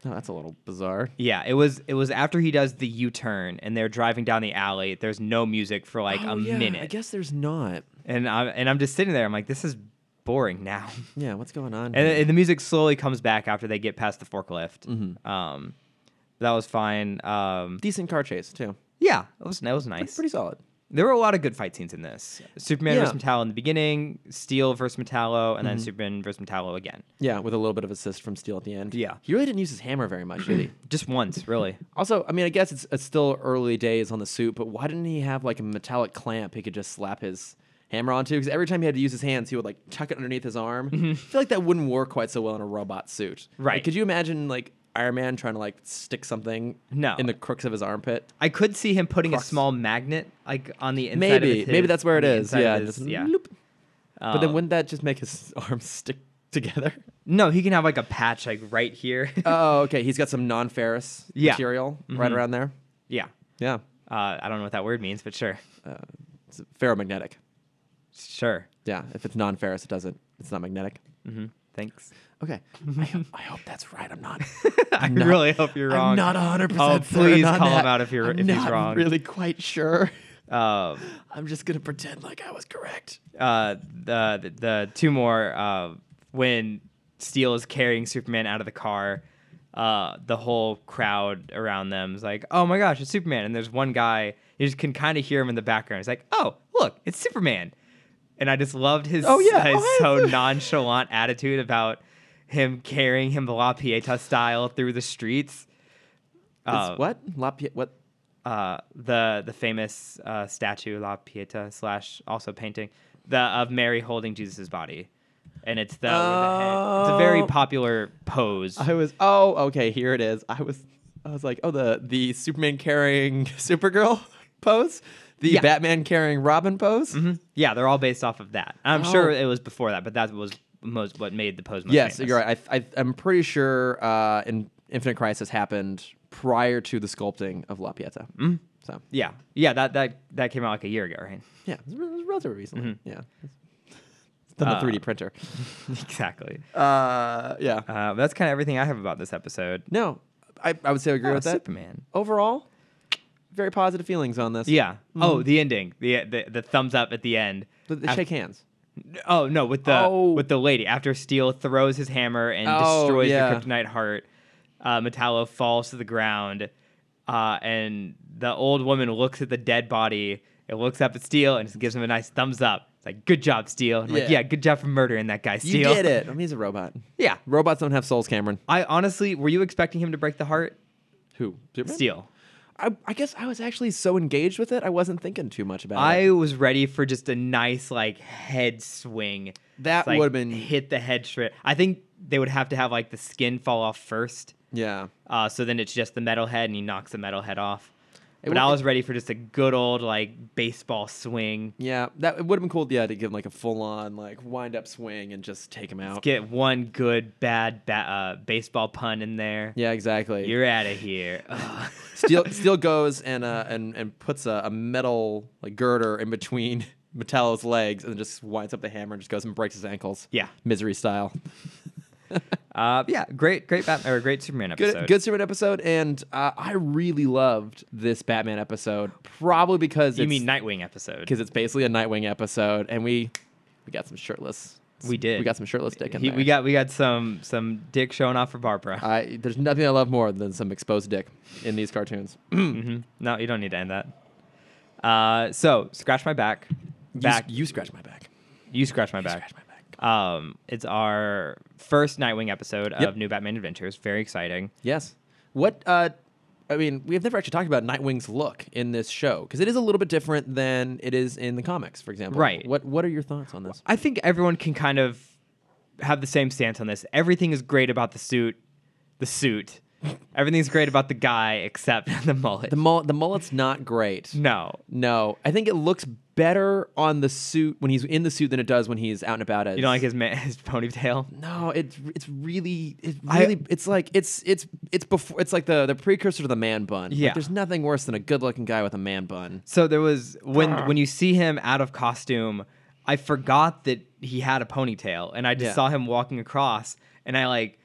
no, that's a little bizarre. Yeah, it was it was after he does the U-turn and they're driving down the alley. There's no music for like Oh, a yeah, minute. I guess there's not. And I am and I'm just sitting there I'm like this is boring now. [LAUGHS] Yeah, what's going on? and, here? and the music slowly comes back after they get past the forklift. Mm-hmm. Um that was fine. Um decent car chase too. yeah, it was that was nice. Pretty solid. There were a lot of good fight scenes in this. Superman Yeah. Mm-hmm. versus Metallo in the beginning, Steel versus Metallo, and then Superman versus Metallo again. Yeah, with a little bit of assist from Steel at the end. Yeah. he really didn't use his hammer very much, did he? Just once, [LAUGHS] really. Also, I mean, I guess it's, it's still early days on the suit, but why didn't he have like a metallic clamp he could just slap his hammer onto? Because every time he had to use his hands, he would like tuck it underneath his arm. I feel like that wouldn't work quite so well in a robot suit. Like, Mm-hmm. Right. could you imagine like Iron Man trying to like stick something No. in the crooks of his armpit? I could see him putting a Crux. small magnet like on the inside. of Maybe, his- maybe that's where on it the is. inside of Yeah, his- just yeah. loop. but then Um, wouldn't that just make his [LAUGHS] arms stick [LAUGHS] together? no, he can have like a patch like right [LAUGHS] here. [LAUGHS] oh, okay. He's got some non-ferrous Yeah. Mm-hmm. material right around there. yeah, Yeah, Uh, uh, I don't know what that word means, but sure, it's ferromagnetic. sure. Yeah, if it's non-ferrous, it doesn't. It's not magnetic. hmm Thanks. Okay. I, ho- I hope that's right. I'm [LAUGHS] not. I not- really hope you're wrong. I'm not 100. Oh, percent please call him out if you're- I'm if he's not wrong. Really quite sure. [LAUGHS] Um, I'm just gonna pretend like I was correct. uh, the, the the two more uh, when Steel is carrying Superman out of the car, uh, the whole crowd around them is like, "Oh my gosh, it's Superman!" And there's one guy you just can kind of hear him in the background. He's like, "Oh, look, it's Superman!" And I just loved his Oh, yeah. his Oh, so it's- nonchalant attitude about him carrying him La Pieta style through the streets. It's Uh, what? La Pie- what? uh, the the famous uh, statue La Pieta slash also painting the of Mary holding Jesus' body, and it's the, with the head. it's a very Oh. popular pose. I was. Oh, okay. Here it is. I was. I was like, oh, the the Superman carrying [LAUGHS] Supergirl pose, the Yeah. Batman carrying Robin pose. yeah, they're all based off of that. I'm sure Oh. it was before that, but that was most what made the pose. Most Yes, famous. you're right. I, I, I'm pretty sure uh, in Infinite Crisis happened prior to the sculpting of La Pieta. Mm. So Yeah, yeah, that that that came out like a year ago, right? [LAUGHS] Yeah, it was, re- it was relatively recently. Yeah. It's done Mm-hmm. Uh, the 3D printer. exactly. Uh, yeah. [LAUGHS] Uh, that's kind of everything I have about this episode. No, I, I would say I agree Oh, with that. Superman. Overall, very positive feelings on this. Yeah. Oh, the ending. The, the the thumbs up at the end. Mm-hmm. But they Af- shake hands. Oh no, with the Oh. with the lady after Steel throws his hammer and Oh, destroys yeah. the kryptonite heart. Uh, Metallo falls to the ground, uh, and the old woman looks at the dead body. It looks up at Steel and just gives him a nice thumbs up. It's like, "Good job, Steel." And I'm like, Yeah. "Yeah, good job for murdering that guy, You Steel." did it. I mean, he's a robot. Yeah. Robots don't have souls, Cameron. I honestly, were you expecting him to break the heart, Who? Superman? Steel? I, I guess I was actually so engaged with it, I wasn't thinking too much about it. I was ready for just a nice like head swing. That Just, like, would've been- hit the head straight. I think they would have to have like the skin fall off first. Yeah. Uh, so then it's just the metal head, and he knocks the metal head off. It But I won't- was ready for just a good old like baseball swing. Yeah. That it would have been cool, yeah, to give him like a full on like wind up swing and just take him out. Get one good bad ba- uh, baseball pun in there. Yeah, exactly. [LAUGHS] You're out of here. Ugh. Steel Steel goes and uh and, and puts a, a metal like girder in between [LAUGHS] Metallo's legs and just winds up the hammer and just goes and breaks his ankles. Yeah. Misery style. Uh, yeah, great, great Batman or great Superman Good, episode. good Superman episode, and uh, I really loved this Batman episode. Probably because You it's, mean Nightwing episode? because it's basically a Nightwing episode, and we we got some shirtless. We did. We got some shirtless dick in He, there. we got we got some some dick showing off for Barbara. I, there's nothing I love more than some exposed dick in these cartoons. Mhm. No, you don't need to end that. Uh, so scratch my back, back. You, you scratch my back. You scratch my back. Scratch my back. Um, it's our first Nightwing episode Yep. of New Batman Adventures. Very exciting. Yes. What? Uh, I mean, we've never actually talked about Nightwing's look in this show because it is a little bit different than it is in the comics, for example. Right. What What are your thoughts on this? I think everyone can kind of have the same stance on this. Everything is great about the suit, the suit. Everything's great about the guy except [LAUGHS] the mullet. The mullet, the mullet's not great. no. No, I think it looks better on the suit when he's in the suit than it does when he's out and about. As You don't like his man, his ponytail? No, it's it's really it's I- really it's like it's it's it's before it's like the the precursor to the man bun. Like, Yeah. there's nothing worse than a good looking guy with a man bun. So there was when when you see him out of costume, I forgot that he had a ponytail, and I just Yeah. saw him walking across, and I like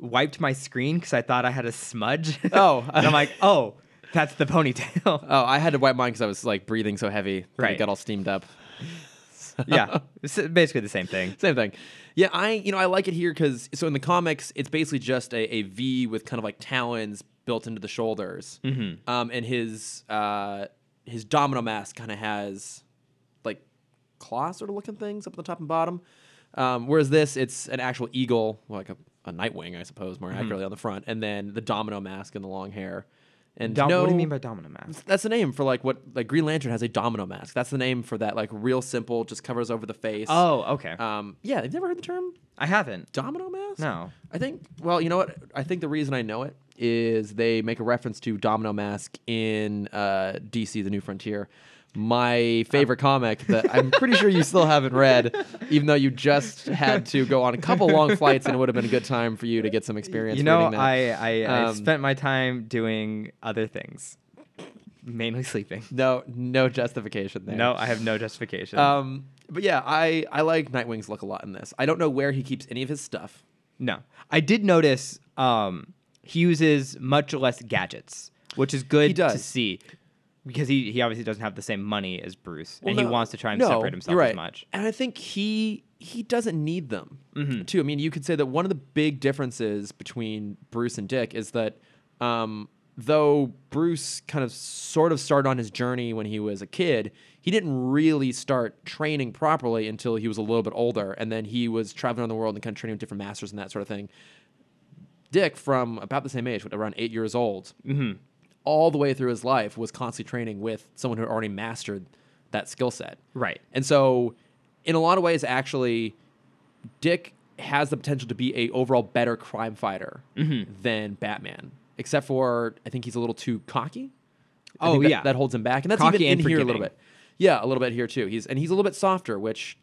wiped my screen because I thought I had a smudge. [LAUGHS] Oh. and I'm like, oh, that's the ponytail. [LAUGHS] Oh, I had to wipe mine because I was like breathing so heavy. that It Right. got all steamed up. yeah, it's basically the same [LAUGHS] thing. Same thing. Yeah, I you know I like it here because so in the comics it's basically just a, a V with kind of like talons built into the shoulders, mm-hmm. um, and his uh, his domino mask kind of has like claw sort of looking things up at the top and bottom. Um, whereas this, it's an actual eagle, well, like a, a Nightwing, I suppose, more Mm-hmm. accurately on the front, and then the domino mask and the long hair. And Dom- what do no- you mean by domino mask? that's the name for like what like Green Lantern has a domino mask. That's the name for that like real simple, just covers over the face. Oh, okay. Um, yeah, I've never heard the term I haven't. domino mask. No. I think. Well, you know what? I think the reason I know it is they make a reference to domino mask in uh, DC: The New Frontier. My favorite comic that I'm pretty sure you still haven't read, even though you just had to go on a couple long flights and it would have been a good time for you to get some experience. You know, reading that. I I, I Um, spent my time doing other things, mainly [LAUGHS] sleeping. no no justification there. No, I have no justification. Um, but yeah, I I like Nightwing's look a lot in this. I don't know where he keeps any of his stuff. No. I did notice um, he uses much less gadgets, which is good He does. to see because he, he obviously doesn't have the same money as Bruce and Well, he no- wants to try and no, separate himself you're as right. much. Mm-hmm. And I think he he doesn't need them too. I mean, you could say that one of the big differences between Bruce and Dick is that um, though Bruce kind of sort of started on his journey when he was a kid, he didn't really start training properly until he was a little bit older, and then he was traveling around the world and kind of training with different masters and that sort of thing. Dick, from about the same age, around eight years old, Mm-hmm. all the way through his life, was constantly training with someone who had already mastered that skill set. Right. And so, in a lot of ways, actually, Dick has the potential to be a overall better crime fighter Mm-hmm. than Batman. Except for, I think he's a little too cocky. I Oh, think that, yeah. that holds him back, and that's Cocky even in and here a little forgiving. bit. Yeah, a little bit here too. He's and he's a little bit softer, which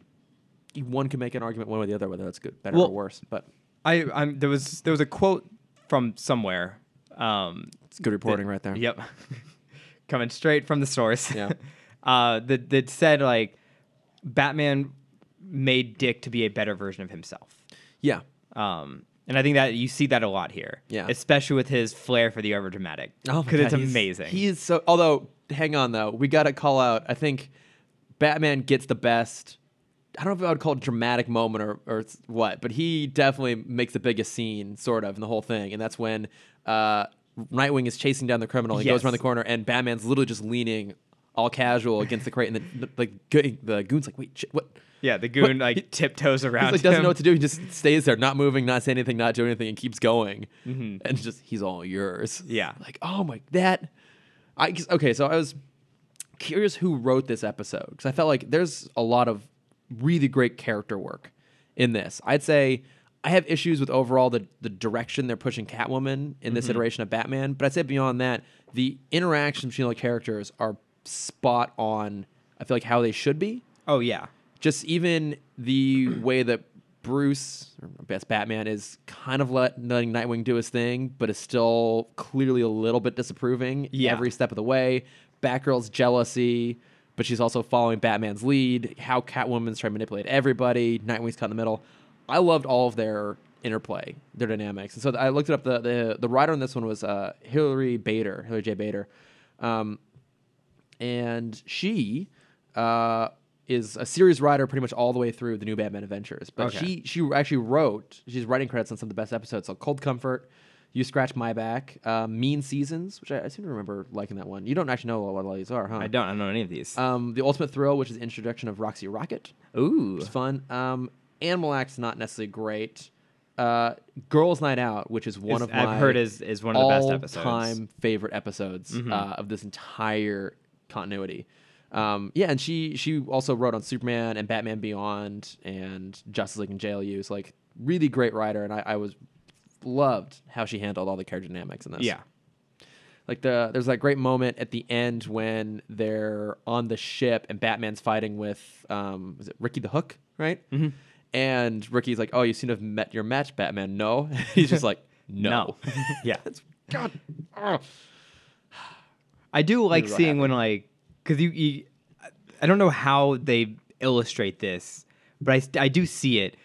one could make an argument one way or the other whether that's good, better or Well- worse. But I I'm, there was there was a quote from somewhere. Um, it's good reporting right there. Yep. [LAUGHS] Coming straight from the source. Yeah. [LAUGHS] uh, that, that said, like, Batman made Dick to be a better version of himself. Yeah. Um, And I think that you see that a lot here. Yeah. Especially with his flair for the overdramatic. Oh, Because it's he's- amazing. He is so. Although, hang on though, we got to call out. I think Batman gets the best. I don't know if I would call it dramatic moment or or it's what, but he definitely makes the biggest scene, sort of, in the whole thing, and that's when uh, Nightwing is chasing down the criminal. He goes Yes. around the corner, and Batman's literally just leaning. All casual against the crate, and the like go- the goon's like, "Wait, shit, what?" yeah, the goon What? like He- tiptoes around. He's like, doesn't him. know what to do. He just stays there, not moving, not saying anything, not doing anything, and keeps going. And just he's all yours. Mm-hmm. Yeah. Like, oh my, that. I 'cause- okay. So I was curious who wrote this episode because I felt like there's a lot of really great character work in this. I'd say I have issues with overall the the direction they're pushing Catwoman in Mm-hmm. this iteration of Batman, but I'd say beyond that, the interactions between the characters are spot on. I feel like how they should be Oh yeah. just even the way that Bruce, or best Batman, is kind of let, letting Nightwing do his thing, but is still clearly a little bit disapproving Yeah. every step of the way. Batgirl's jealousy, but she's also following Batman's lead. How Catwoman's trying to manipulate everybody. Nightwing's caught in the middle. I loved all of their interplay, their dynamics, and so I looked it up. the the The writer on this one was uh, Hillary Bader, Hillary J. Bader. Um, and she uh, is a series writer pretty much all the way through the new Batman Adventures. But Okay. she she actually wrote she's writing credits on some of the best episodes. So Cold Comfort, You Scratch My Back, uh, Mean Seasons, which I, I seem to remember liking that one. You don't actually know what all these are, huh? I don't. I don't know any of these. Um, the Ultimate Thrill, which is the introduction of Roxy Rocket, Ooh. which is fun. Um, Animal Act's not necessarily great. Uh, Girls Night Out, which is one Is- of my I've heard is- is one of the best episodes. Mm-hmm. all-time favorite episodes uh, of this entire continuity. Um, yeah, and she she also wrote on Superman and Batman Beyond and Justice League and JLU. So like really great writer, and I, I was loved how she handled all the character dynamics in this. Yeah. Like the there's that great moment at the end when they're on the ship and Batman's fighting with um is it Ricky the Hook, right? Mm-hmm. And Ricky's like, "Oh, you seem to have met your match, Batman." No, [LAUGHS] he's just like, [LAUGHS] "No." [LAUGHS] yeah. It's- God. ah. ugh. I do like what seeing when like because you, you I don't know how they illustrate this, but I, st- I do see it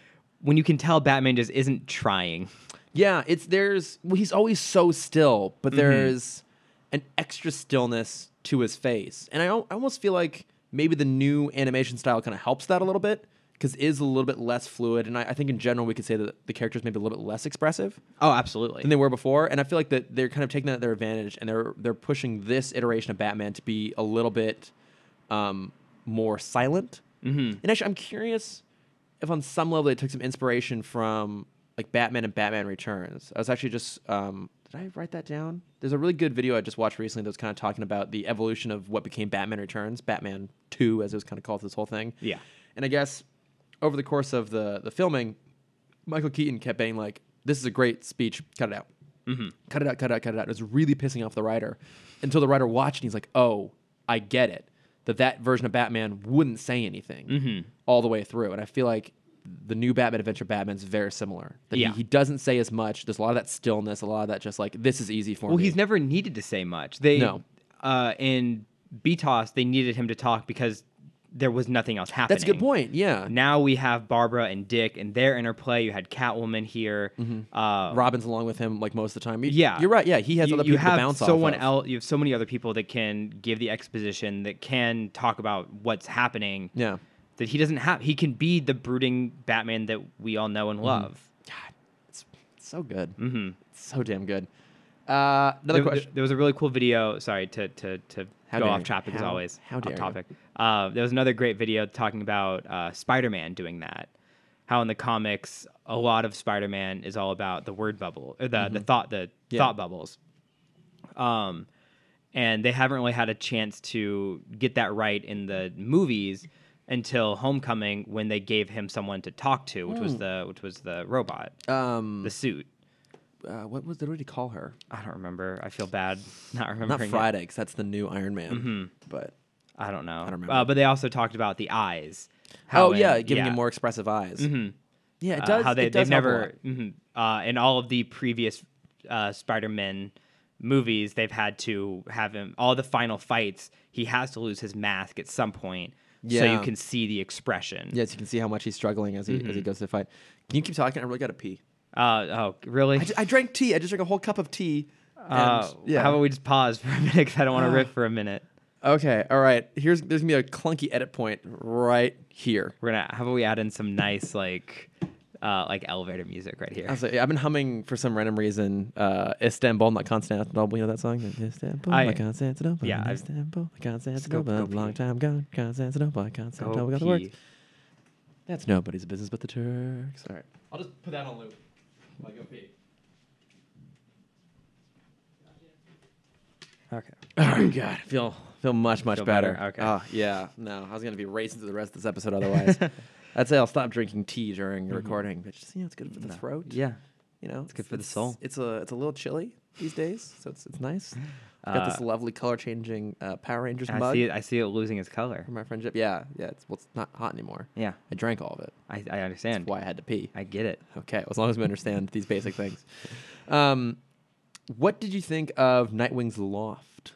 when you can tell Batman just isn't trying. Yeah, it's there's well, he's always so still, but there's an extra stillness to his face, and I, al- I almost feel like maybe the new animation style kind of helps that a little bit because is a little bit less fluid, and I, I think in general we could say that the characters maybe a little bit less expressive Oh, absolutely. than they were before, and I feel like that they're kind of taking that at their advantage, and they're they're pushing this iteration of Batman to be a little bit um, more silent. Mm-hmm. And actually, I'm curious if on some level it took some inspiration from like Batman and Batman Returns. I was actually just um, did I write that down? There's a really good video I just watched recently that was kind of talking about the evolution of what became Batman Returns, Batman Two, as it was kind of called this whole thing. Yeah. and I guess over the course of the the filming, Michael Keaton kept being like, "This is a great speech. Cut it out. Mm-hmm. Cut it out. Cut it out. Cut it out." It was really pissing off the writer, until the writer watched and he's like, "Oh, I get it. That that version of Batman wouldn't say anything Mm-hmm. all the way through." And I feel like the new Batman Adventure Batman's very similar. That Yeah. he, he doesn't say as much. There's a lot of that stillness. A lot of that just like this is easy for well, me. he's never needed to say much. They No. uh, in BTOS they needed him to talk because there was nothing else happening. That's a good point. Yeah. Now we have Barbara and Dick and their interplay. You had Catwoman here. Mm-hmm. Uh, Robin's along with him like most of the time. You- Yeah. You're right. Yeah. He has you, other you people have to bounce off. someone of. else. You have so many other people that can give the exposition, that can talk about what's happening. Yeah. That he doesn't have. He can be the brooding Batman that we all know and Mm-hmm. love. God, it's, it's so good. Mm-hmm. so damn good. Uh, another there, question. there was a really cool video. Sorry to to to How go dare off you. topic as How- always. how off dare you. topic. Uh, there was another great video talking about uh, Spider-Man doing that. How in the comics, a lot of Spider-Man is all about the word bubble, or the the thought the Mm-hmm. Yeah. thought bubbles. Um, and they haven't really had a chance to get that right in the movies until Homecoming, when they gave him someone to talk to, which was the which was the robot, Hmm. um, the suit. uh, what was the what did he call her? I don't remember. I feel bad [LAUGHS] not remembering. Not it. Friday, because that's the new Iron Man. But I don't know. I don't Uh, remember. but they also talked about the eyes. oh in- yeah, Mm-hmm. giving him more expressive eyes. Yeah, it uh, does. how they, it does they've help a never lot. mhm. uh, in all of the previous uh, Spider-Man movies, they've had to have him all the final fights. He has to lose his mask at some point, so you Yeah. can see the expression. Mm-hmm. Yes, you can see how much he's struggling as he as he goes to fight. Can you keep talking? I really got to pee. Uh, oh, really? I, ju- I drank tea. I just drank a whole cup of tea. And, Uh, yeah. Uh. How about we just pause for a minute? Because I don't want to riff for a minute. okay. All right. Here's there's gonna be a clunky edit point right here. We're gonna. How about we add in some nice like, uh, like elevator music right here? I was like, I've been humming for some random reason. Uh, Istanbul, not Constantinople. You know that song? Istanbul, I- not Constantinople. yeah, I- Istanbul, not go Constantinople. pee. Long time gone. Constantinople, Go Constantinople. Got the words. pee. That's nobody's business but the Turks. All right. I'll just put that on loop while I go pee. Okay. Oh God, I feel feel much much Feel better. better, okay. Oh, yeah. No, I was gonna be racing through the rest of this episode [LAUGHS] otherwise. I'd say I'll stop drinking tea during Mm-hmm. the recording, but just you know, it's good for the throat. Yeah. You know, it's good for the soul. It's a it's a little chilly these days, so it's it's nice. I've got this Uh, lovely color changing uh, Power Rangers I mug see. It, I see it losing its color. from my friendship. Yeah, yeah. It's well, it's not hot anymore. Yeah. I drank all of it. I, I understand. Why I had to pee. I get it. Okay, as long as we understand these basic things. Um, what did you think of Nightwing's loft?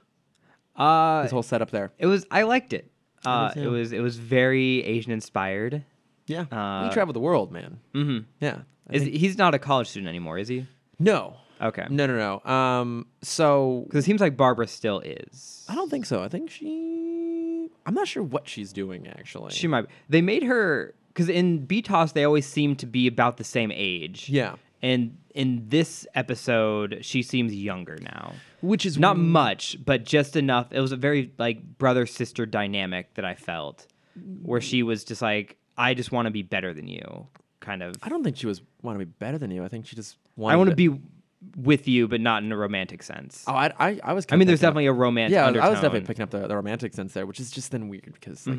Uh, This whole setup there. it was. I liked it. Uh, did it too. was. It was very Asian inspired. Yeah, he Uh, traveled the world, man. Mm-hmm. Yeah. I Is think- he's not a college student anymore, is he? no. Okay. No, no, no. Um, so Because it seems like Barbara still is. I don't think so. I think she. I'm not sure what she's doing actually. She might. Be. They made her because in BTOS they always seem to be about the same age. Yeah. And in this episode, she seems younger now. which is Not w- much, but just enough. It was a very like brother sister dynamic that I felt, where she was just like, "I just want to be better than you," kind of. I don't think she was want to be better than you. I think she just wanted. I want to be with you, but not in a romantic sense. Oh, I, I, I was. I kinda mean, there's picking up- definitely a romance. Yeah, I was- undertone. Mm-hmm. I was definitely picking up the, the romantic sense there, which is just then weird because like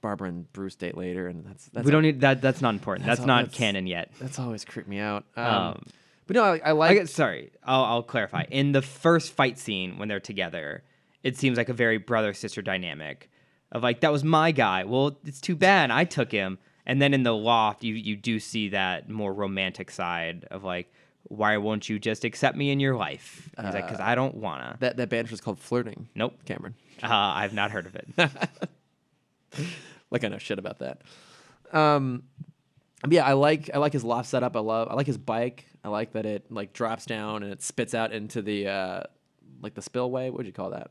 Barbara and Bruce date later, and that's that's we don't need that. That's not important. That's That's, all- not that's- canon yet. That's always creeped me out. Um, Um, but no, I, I like. I guess, sorry, I'll, I'll clarify. In the first fight scene, when they're together, it seems like a very brother sister dynamic of like, that was my guy. Well, it's too bad I took him. And then in the loft, you, you do see that more romantic side of like, why won't you just accept me in your life? He's like, because I don't wanna. that that banter is called flirting. Nope. Cameron. Uh, I've not heard of it. like I know shit about that. Um, but yeah, I like I like his loft setup. I love I like his bike. I like that it like drops down and it spits out into the uh, like the spillway. What would you call that?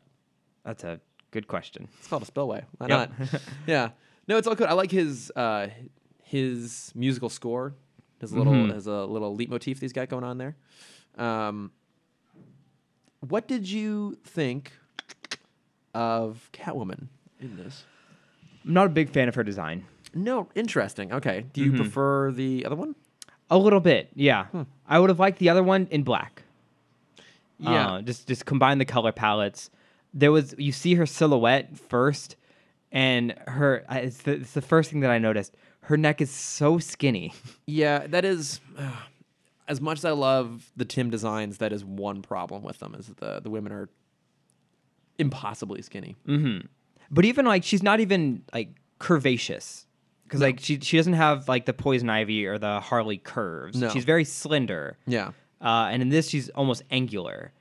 That's a good question. It's called a spillway. Why Yep. [LAUGHS] not? yeah. No, it's all good. I like his uh, his musical score. His little his a little leitmotif he's got going on there. Um, what did you think of Catwoman in this? I'm not a big fan of her design. No, interesting. Okay. Do you prefer the other one? A little bit, yeah. I would have liked the other one in black. Yeah. Uh, just just combine the color palettes. There was you see her silhouette first, and her I- it's the, it's the first thing that I noticed. Her neck is so skinny. [LAUGHS] Yeah, that is. uh, as much as I love the Tim designs, that is one problem with them is that the the women are impossibly skinny. But even like she's not even like curvaceous, because like she she doesn't have like the poison ivy or the Harley curves. No. She's very slender. Yeah. Uh, and in this, she's almost angular.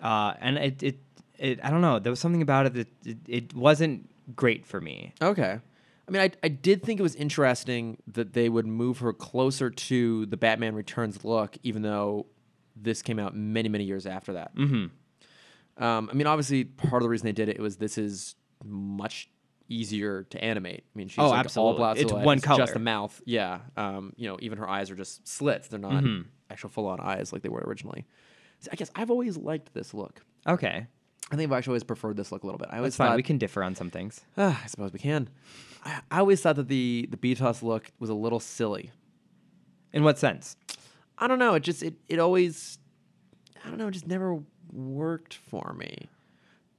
Uh, and it, it, it, I don't know. There was something about it that it, it wasn't great for me. Okay. I mean, I, I did think it was interesting that they would move her closer to the Batman Returns look, even though this came out many, many years after that. Mm-hmm. Um, I mean, obviously, part of the reason they did it was this is much easier to animate. I mean, she's Oh, like all absolutely. blood It's silhouette, one just color. the mouth. Yeah. Um, you know, even her eyes are just slits. They're not Mm-hmm. actual full on eyes like they were originally. So I guess I've always liked this look. Okay. I think I've actually always preferred this look a little bit. I always It's fine. thought We can differ on some things. Ah, I suppose we can. I, I always thought that the the BTOS look was a little silly. In what sense? I don't know. It just it it always I don't know. It just never worked for me.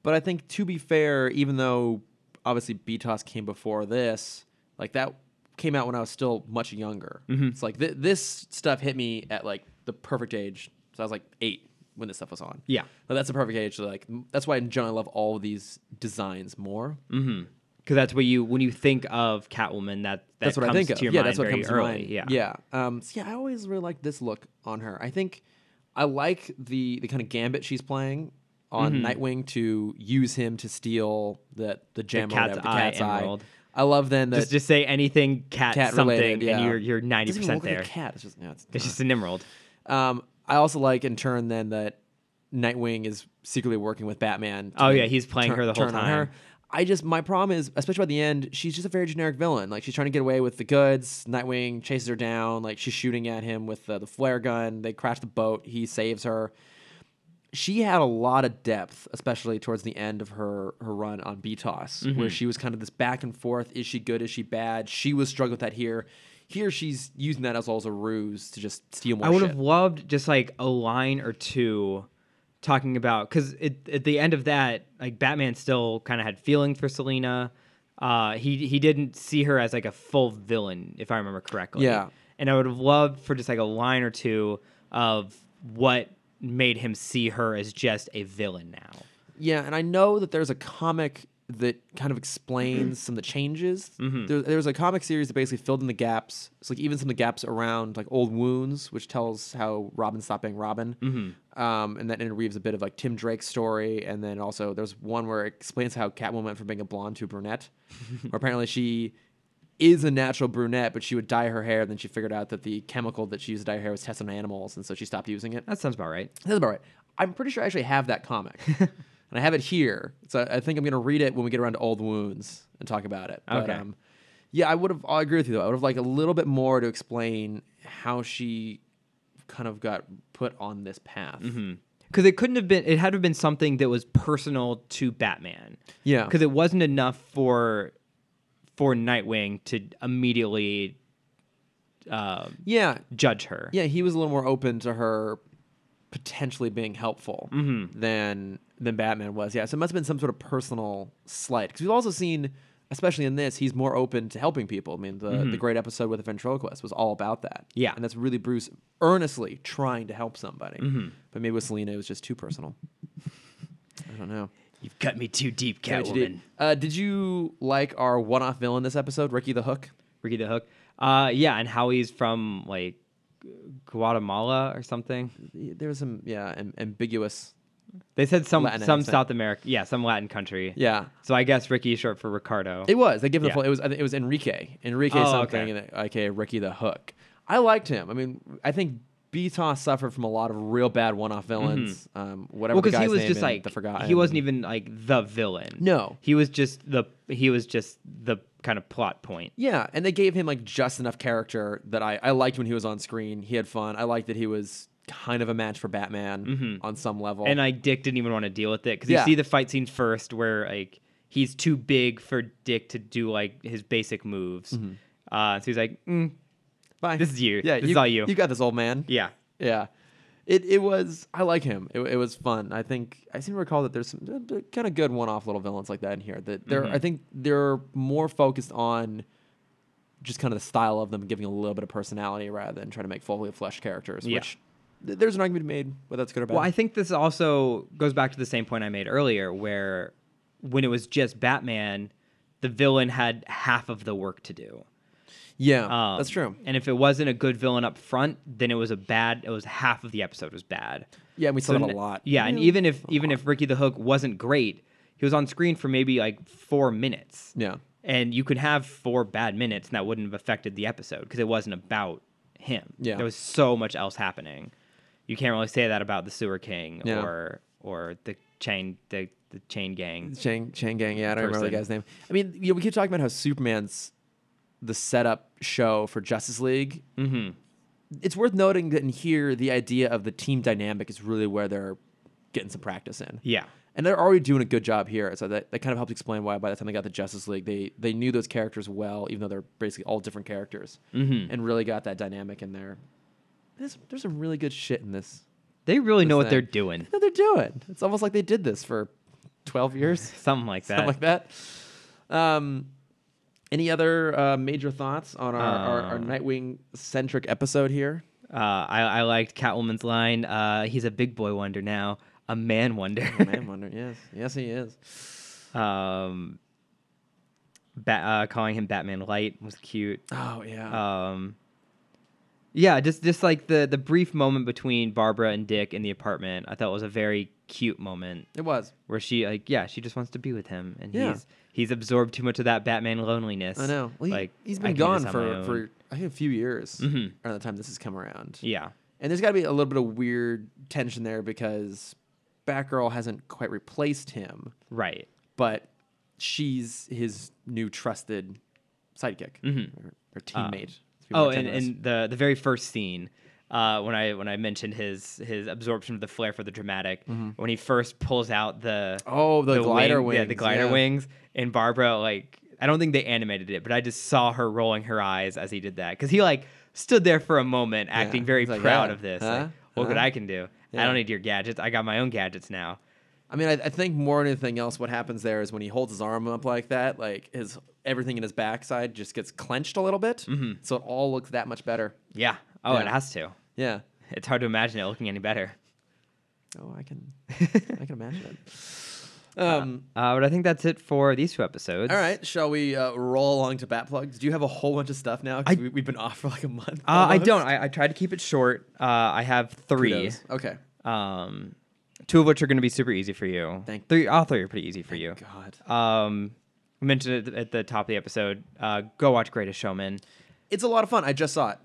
But I think to be fair, even though obviously BTOS came before this, like that came out when I was still much younger. It's like th- this stuff hit me at like the perfect age. So I was like eight when this stuff was on. Yeah. But that's the perfect age. So like m- that's why in general I love all these designs more. Because that's what you, when you think of Catwoman, that, that that's what comes I think to of. your yeah, mind that's what very comes to early. mind. Yeah. yeah. Um, so yeah, I always really like this look on her. I think I like the the kind of gambit she's playing Mm-hmm. on Nightwing to use him to steal the the gem or cat's whatever, the eye cat's eye. emerald. I love then that Just just say anything cat, Cat something, related, yeah. and you're you're ninety doesn't even percent look there. Like a cat. It's just no. It's, It's just a Nimrod. um, I also like in turn then that Nightwing is secretly working with Batman. to Oh, make- yeah, he's playing her the whole turn on time. her. I just my problem is especially by the end, she's just a very generic villain. Like she's trying to get away with the goods. Nightwing chases her down. Like she's shooting at him with uh, the flare gun. They crash the boat. He saves her. She had a lot of depth, especially towards the end of her her run on BTOS, Mm-hmm. where she was kind of this back and forth: is she good? Is she bad? She was struggling with that here. Here, she's using that as all as a ruse to just steal more. I would Oh, shit. have loved just like a line or two talking about because at the end of that, like Batman still kind of had feelings for Selina. Uh, he he didn't see her as like a full villain, if I remember correctly. Yeah. and I would have loved for just like a line or two of what made him see her as just a villain now. Yeah, and I know that there's a comic that kind of explains some of the changes. There, there was a comic series that basically filled in the gaps. It's like even some of the gaps around like old wounds, which tells how Robin stopped being Robin. Mm-hmm. Um, and that interweaves a bit of like Tim Drake's story, and then also there's one where it explains how Catwoman went from being a blonde to a brunette, where apparently she is a natural brunette, but she would dye her hair. Then she figured out that the chemical that she used to dye her hair was tested on animals, and so she stopped using it. That sounds about right. That's about right. I'm pretty sure I actually have that comic, and I have it here. So I think I'm going to read it when we get around to old wounds and talk about it. But, Okay. Um, yeah, I would have. I agree with you though. I would have liked a little bit more to explain how she kind of got put on this path. because it couldn't have been it had to have been something that was personal to batman Yeah. because it wasn't enough for for nightwing to immediately uh, Yeah, judge her yeah. He was a little more open to her potentially being helpful than than Batman was. Yeah, so it must have been some sort of personal slight. Because we've also seen, especially in this, he's more open to helping people. I mean, the, the great episode with the ventriloquist was all about that. Yeah. and that's really Bruce earnestly trying to help somebody. But maybe with Selena, it was just too personal. I don't know. you've cut me too deep What you did. catwoman Uh, did you like our one-off villain this episode, Ricky the Hook? ricky the hook uh yeah and how he's from like guatemala or something There was some yeah am- ambiguous. they said some Latin some accent. south america yeah some latin country Yeah, so i guess ricky is short for ricardo It was. They gave him the Yeah. full. It was. I think It was Enrique. Enrique Oh, something. okay. And then, okay, Ricky the Hook. I liked him. I mean, I think Beatos suffered from a lot of real bad one-off villains. Um, whatever. Mm-hmm. well the because he guy's was name just in like the forgotten. he wasn't even like the villain No. he was just the he was just the kind of plot point Yeah, and they gave him like just enough character that I I liked when he was on screen. He had fun. I liked that he was kind of a match for Batman on some level. Mm-hmm. and uh, like Dick didn't even want to deal with it because Yeah. you see the fight scene first where like he's too big for Dick to do like his basic moves. Uh, so he's like, mm, Bye. this is you. Yeah, This is all you. You got this, old man. yeah, Yeah. It, it was I like him. It, it was fun. I think I seem to recall that there's some kind of good one-off little villains like that in here. That Mm-hmm. they're I think they're more focused on just kind of the style of them, giving a little bit of personality rather than trying to make fully fleshed characters. Yeah. Which th- there's an argument to be made whether that's good or bad. Well, I think this also goes back to the same point I made earlier, where when it was just Batman, the villain had half of the work to do. yeah, Um, that's true. And if it wasn't a good villain up front, then it was a bad. It was half of the episode was bad. Yeah, and we saw that a n- lot. Yeah, and Yeah, even if even if Ricky the Hook wasn't great, he was on screen for maybe like four minutes. Yeah, And you could have four bad minutes, and that wouldn't have affected the episode because it wasn't about him. Yeah. there was so much else happening. You can't really say that about the Sewer King Yeah. or or the chain the, the chain gang. Chang Chang Gang. Yeah, I don't remember the Person. guy's name. I mean, you know, we keep talking about how Superman's the setup show for Justice League Mm-hmm. it's worth noting that in here the idea of the team dynamic is really where they're getting some practice in. Yeah, And they're already doing a good job here. So that, that kind of helps explain why by the time they got the Justice League, they they knew those characters well, even though they're basically all different characters. Mhm. And really got that dynamic in there. There's there's some really good shit in this. they really know What's that? what they're doing. No, they're doing. It's almost like they did this for twelve years. [LAUGHS] Something like that. Something like that. Um any other uh, major thoughts on our, our, Um. our Nightwing centric episode [LAUGHS] here? Uh, I, I liked Catwoman's line. Uh, he's a big boy wonder now, a man wonder. Oh, Man Wonder, yes. Yes, he is. [LAUGHS] um, ba- uh, calling him Batman Light was cute. Oh yeah. Um, yeah, just just like the the brief moment between Barbara and Dick in the apartment, I thought was a very cute moment It was. where she like yeah she just wants to be with him and Yeah. he's he's absorbed too much of that batman loneliness I know. Well, he, like he's I been can do this gone on my for, own. for I think a few years Mhm. around the time this has come around. yeah And there's got to be a little bit of weird tension there because Batgirl hasn't quite replaced him, right but she's his new trusted sidekick or, or teammate. if you wanna Mm-hmm. oh term and, this. and the the very first scene uh, when I when I mentioned his his absorption of the flair for the dramatic when he first pulls out the Mm-hmm. Oh, the glider wing- yeah, the wings, glider yeah. wings and Barbara like I don't think they animated it but I just saw her rolling her eyes as he did that because he like stood there for a moment acting very He's like, proud "Yeah, of this huh, like, look what huh." I can do I Yeah. don't need your gadgets I got my own gadgets now I mean, I, I think more than anything else, what happens there is when he holds his arm up like that, like his everything in his backside just gets clenched a little bit, Mm-hmm. so it all looks that much better. yeah oh it Yeah. has to Yeah. it's hard to imagine it looking any better Oh, I can, I can imagine it. Um, [LAUGHS] uh, but I think that's it for these two episodes all right, shall we uh, roll along to bat plugs? Do you have a whole bunch of stuff now? 'Cause I- we, we've been off for like a month. Uh, I almost. don't. I, I tried to keep it short. Uh, I have three, Kudos. Okay. um, two of which are going to be super easy for you. Thank- three, all three are pretty easy for you. God, Um, I mentioned it at the top of the episode. Uh, go watch Greatest Showman. it's a lot of fun. I just saw it.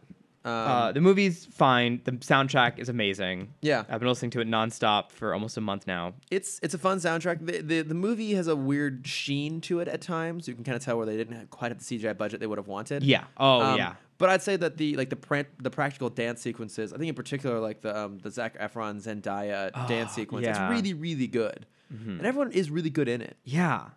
Um, Uh, the movie's fine. The soundtrack is amazing. Yeah. I've been listening to it nonstop for almost a month now. it's it's a fun soundtrack. The, the the movie has a weird sheen to it at times. You can kind of tell where they didn't have quite have the CGI budget they would have wanted. Yeah. Oh Um, yeah. But I'd say that the like the pran- the practical dance sequences, I think in particular like the um, the Zac Efron Zendaya dance sequence, Ah, yeah. Mm-hmm. it's really really good, and everyone is really good in it. Yeah.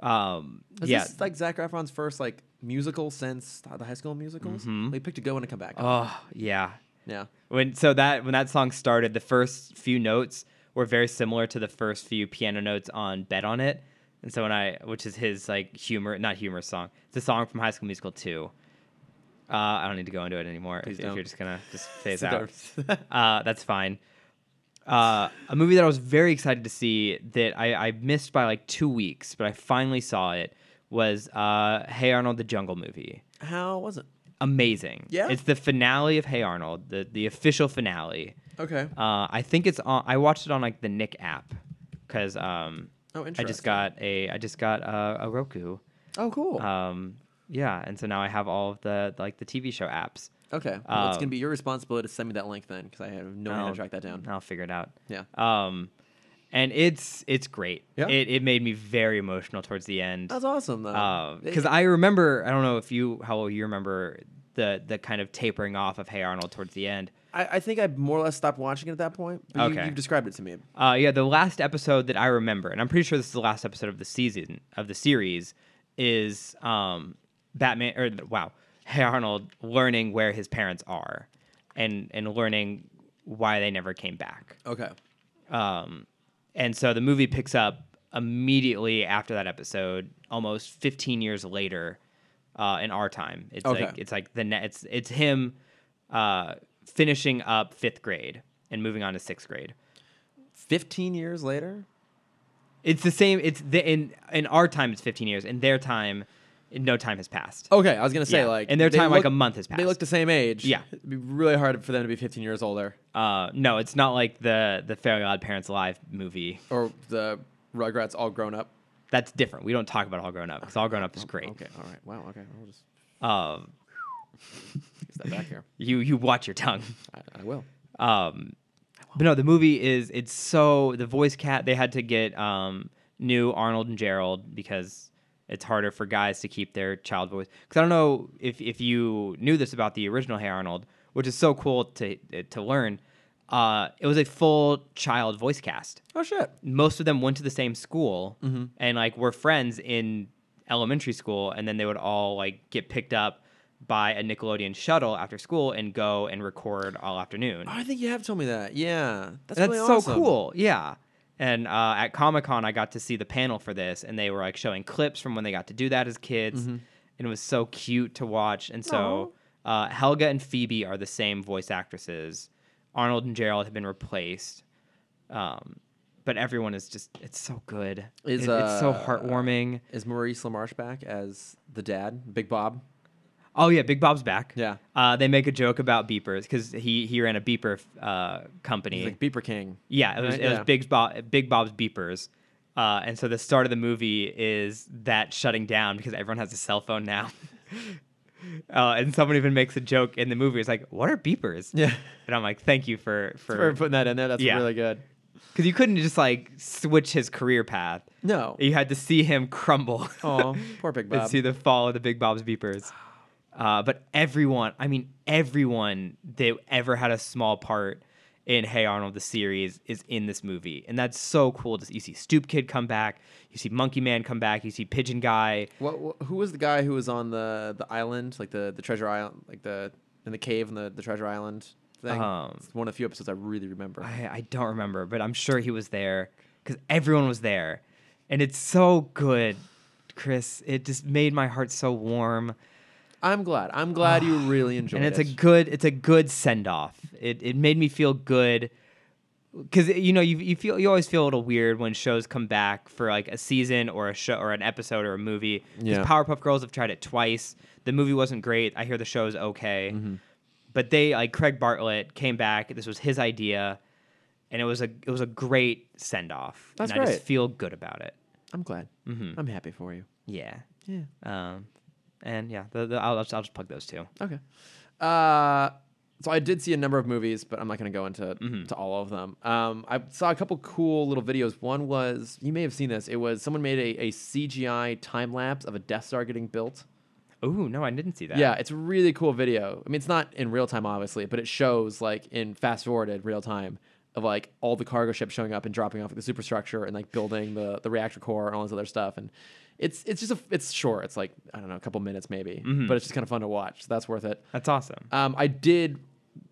Um. Is yeah. this like Zac Efron's first like musical since the high school musicals? They picked a go and a come back. Mm-hmm. oh yeah. yeah, when so that when that song started the first few notes were very similar to the first few piano notes on bet on it and so when i which is his like humor not humorous song it's a song from high school musical 2 uh, i don't need to go into it anymore if, Please if don't. you're just gonna just phase Sit out [LAUGHS] down. uh, that's fine uh, a movie that i was very excited to see that I, I missed by like two weeks but i finally saw it was uh, hey arnold the jungle movie how was it? amazing Yeah? it's the finale of hey arnold the, the official finale Okay. uh, I think it's on. I watched it on like the Nick app because um, Oh, I just interesting. got a I just got a, a Roku. Oh, cool. Um, yeah, and so now I have all of the like the TV show apps. okay, well, it's um, gonna be your responsibility to send me that link then, because I have no way I'll- to track that down. I'll figure it out. Yeah. Um, and it's it's great. Yeah. It it made me very emotional towards the end. That's awesome though. It- because I remember I don't know if you how well you remember the the kind of tapering off of Hey Arnold towards the end. I, I think I more or less stopped watching it at that point. But you, Okay. you've described it to me. Uh, yeah, the last episode that I remember, and I'm pretty sure this is the last episode of the season of the series, is um, Batman or wow, Hey Arnold learning where his parents are, and and learning why they never came back. Okay. Um, and so the movie picks up immediately after that episode, almost 15 years later, uh, in our time. It's Okay. like it's like the ne- it's it's him uh, finishing up fifth grade and moving on to sixth grade. Fifteen years later. It's the same. It's the, in in our time it's 15 years. In their time, no time has passed. Okay, I was gonna say Yeah, like in their they time, like, look- a month has They passed. look the same age. Yeah. it'd be really hard for them to be 15 years older, Uh, no, it's not like the the Fairly Odd Parents Live movie. or the Rugrats all grown up. Oh, That's different. We don't talk about All Grown Up because All Grown Up is great. Okay, all right, wow, okay, I'll just Um, step back here. you you watch your tongue. [LAUGHS] I, I will. Um, but no, the movie is it's so the voice cat they had to get um, new Arnold and Gerald because it's harder for guys to keep their child voice. Because I don't know if if you knew this about the original Hey Arnold, which is so cool to to learn. Uh, it was a full child voice cast. Oh shit. Most of them went to the same school and like were friends in elementary school, and then they would all like get picked up by a Nickelodeon shuttle after school and go and record all afternoon. Oh, I think you have told me that. Yeah, that's, That's really so awesome. cool. Yeah. And uh, at Comic Con, I got to see the panel for this, and they were like showing clips from when they got to do that as kids, Mm-hmm. and it was so cute to watch. And so uh, Helga and Phoebe are the same voice actresses. Arnold and Gerald have been replaced, um, but everyone is just—it's so good. Is, It- it's so uh, heartwarming. Is Maurice LaMarche back as the dad, Big Bob? Oh yeah, Big Bob's back. Yeah. Uh, they make a joke about beepers because he he ran a beeper uh, company. He's like Beeper King. Yeah, it was, Right? it was Yeah. Big, Bob, Big Bob's Beepers. Uh, and so the start of the movie is that shutting down because everyone has a cell phone now. [LAUGHS] uh, and someone even makes a joke in the movie. It's like, what are beepers? [LAUGHS] Yeah. And I'm like, thank you for, for, For putting that in there, that's Yeah. really good. because you couldn't just like switch his career path. No. You had to see him crumble. [LAUGHS] Aw, poor Big Bob. and see the fall of the Big Bob's Beepers. Uh, but everyone, I mean, everyone that ever had a small part in Hey Arnold, the series, is in this movie. And that's so cool. Just- You see Stoop Kid come back. You see Monkey Man come back. You see Pigeon Guy. What, what? Who was the guy who was on the the island, like the the treasure island, like the in the cave in the the treasure island thing? Um, it's one of the few episodes I really remember. I, I don't remember, but I'm sure he was there because everyone was there. And it's so good, Chris. It just made my heart so warm. I'm glad. I'm glad [SIGHS] you really enjoyed and it's it. a good it's a good send off. It it made me feel good because you know you you feel you always feel a little weird when shows come back for like a season or a show or an episode or a movie. 'Cause Yeah. Powerpuff Girls have tried it twice. The movie wasn't great. I hear the show's okay, Mm-hmm. but they like Craig Bartlett came back. This was his idea, and it was a it was a great send off. That's and I great. just feel good about it. I'm glad. Mm-hmm. I'm happy for you. Yeah. Yeah. Um, and yeah, the, the, I'll, I'll just plug those two. Okay. Uh, so I did see a number of movies, but I'm not going to go into Mm-hmm. to all of them. Um, I saw a couple cool little videos. One was you may have seen this. It was someone made a, a CGI time lapse of a Death Star getting built. Oh no, I didn't see that. Yeah, it's a really cool video. I mean, it's not in real time, obviously, but it shows like in fast forwarded real time of like all the cargo ships showing up and dropping off at the superstructure and like building the the reactor core and all this other stuff. And it's it's just a it's short. It's like I don't know, a couple minutes maybe, but it's just kind of fun to watch. So that's worth it. That's awesome. Um, I did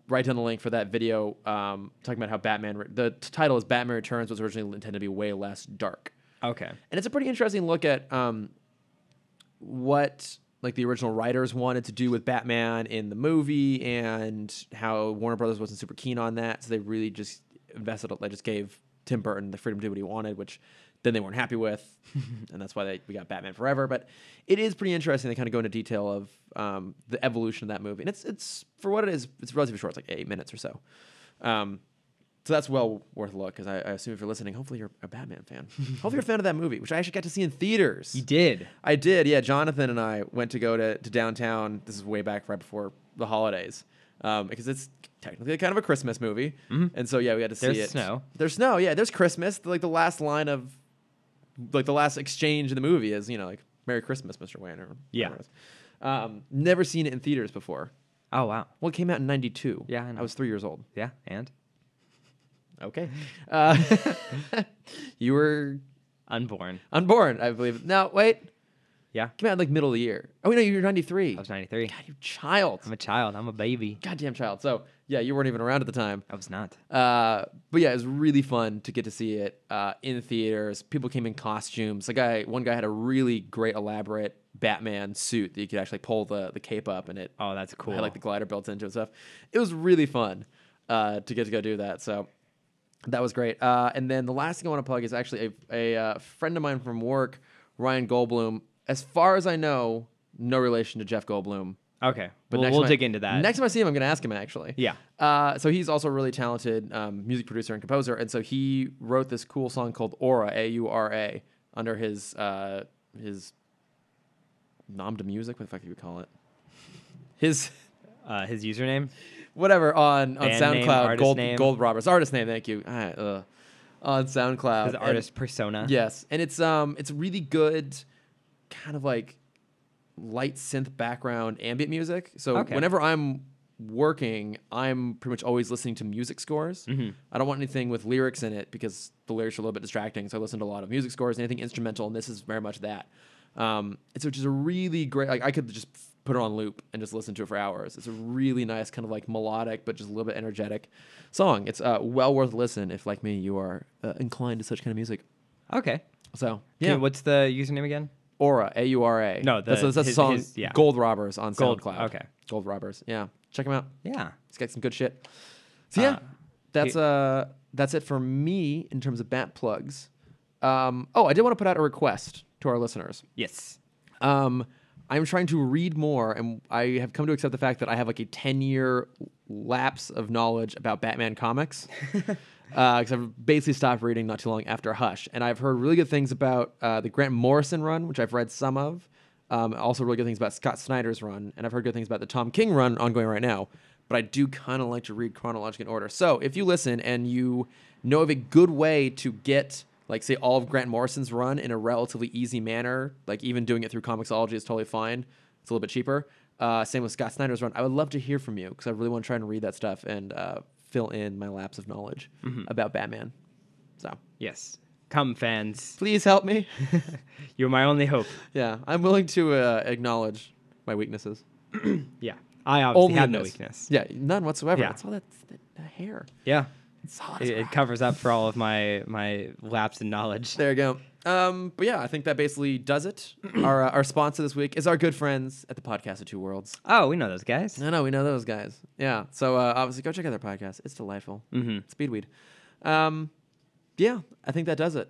write down the link for that video um, talking about how Batman. Re- the t- title is Batman Returns was originally intended to be way less dark, Okay. and it's a pretty interesting look at um, what like the original writers wanted to do with Batman in the movie, and how Warner Brothers wasn't super keen on that, so they really just invested. They just gave Tim Burton the freedom to do what he wanted, which then they weren't happy with, and that's why they, we got Batman Forever. But it is pretty interesting. They kind of go into detail of um, the evolution of that movie, and it's it's for what it is. It's relatively short. It's like eight minutes or so. Um, so that's well worth a look because I, I assume if you're listening, hopefully you're a Batman fan. hopefully you're a fan of that movie, which I actually got to see in theaters. You did. I did, yeah. Jonathan and I went to go to, to downtown. This is way back right before the holidays, um, because it's technically kind of a Christmas movie. And so yeah, we got to see Mm-hmm. There's it. snow. There's snow. Yeah, there's Christmas. Like the last line of, like the last exchange in the movie is you know like Merry Christmas, Mr. Wayne. Or Yeah. whatever it is. Um, never seen it in theaters before. Oh wow. Well, it came out in '92. Yeah, I know. I was three years old. Yeah, and Okay. [LAUGHS] Uh, you were unborn. unborn, I believe. No, wait. Yeah, Came out in, like middle of the year. Oh, no, you're 93. I was ninety three. God, you child. I'm a child. I'm a baby. Goddamn child. So, yeah, you weren't even around at the time. I was not. Uh, but yeah, it was really fun to get to see it uh, in theaters. People came in costumes. The guy, one guy had a really great elaborate Batman suit that you could actually pull the, the cape up and it Oh, that's cool. had like the glider built into it and stuff. It was really fun uh, to get to go do that. So that was great. Uh, and then the last thing I want to plug is actually a, a uh, friend of mine from work, Ryan Goldblum. As far as I know, no relation to Jeff Goldblum. okay, but next we'll, we'll time I- dig into that. Next time I see him, I'm going to ask him actually. Yeah. Uh, so he's also a really talented um, music producer and composer, and so he wrote this cool song called Aura, A U R A, under his uh, his nom de music. What the fuck do you call it? His [LAUGHS] uh, his username. whatever on on Band name, SoundCloud. artist Gold name? Gold Roberts artist name. Thank you. Ah, ugh. On SoundCloud. His Uh, And- artist persona. Yes, and it's um it's really good, kind of like light synth background ambient music. So Okay. whenever I'm working, I'm pretty much always listening to music scores. I don't want anything with lyrics in it because the lyrics are a little bit distracting. So I listen to a lot of music scores, anything instrumental, and this is very much that. Um, it's which is a really great. Like I could just put it on loop and just listen to it for hours. It's a really nice kind of like melodic, but just a little bit energetic song. It's uh, well worth a listen if, like me, you are uh, inclined to such kind of music. Okay. So Yeah. yeah, what's the username again? Aura A U R A. No, the- that's, that's the his- song his- yeah. Gold Robbers on Gold- SoundCloud. okay. Gold Robbers. Yeah, check him out. Yeah. He's got some good shit. So yeah, Uh, that's he- uh that's it for me in terms of bat plugs. Um, oh, I did want to put out a request to our listeners. Yes. Um, I'm trying to read more, and I have come to accept the fact that I have like a 10 year lapse of knowledge about Batman comics. Because I've basically stopped reading not too long after Hush. And I've heard really good things about uh, the Grant Morrison run, which I've read some of. Um, also, really good things about Scott Snyder's run. And I've heard good things about the Tom King run ongoing right now. But I do kind of like to read chronological order. So if you listen and you know of a good way to get like say all of Grant Morrison's run in a relatively easy manner, like even doing it through Comixology is totally fine. It's a little bit cheaper. Uh, same with Scott Snyder's run. I would love to hear from you because I really want to try and read that stuff and uh, fill in my lapse of knowledge about Batman. So Yes. Come, fans. [LAUGHS] please help me. [LAUGHS] You're my only hope. yeah, I'm willing to uh, acknowledge my weaknesses. Yeah. I obviously have no this. weakness. Yeah, none whatsoever. Yeah. That's all that, that, that hair. Yeah. It's all It, it covers up for all of my my lapse in knowledge. There you go. Um, but yeah, I think that basically does [CLEARS THROAT] it. our uh, our sponsor this week is our good friends at the Podcast of Two Worlds. Oh, we know those guys. No, no, we know those guys. Yeah. So uh, obviously, go check out their podcast. It's delightful. Mhm. Speedweed. Um, yeah, I think that does it.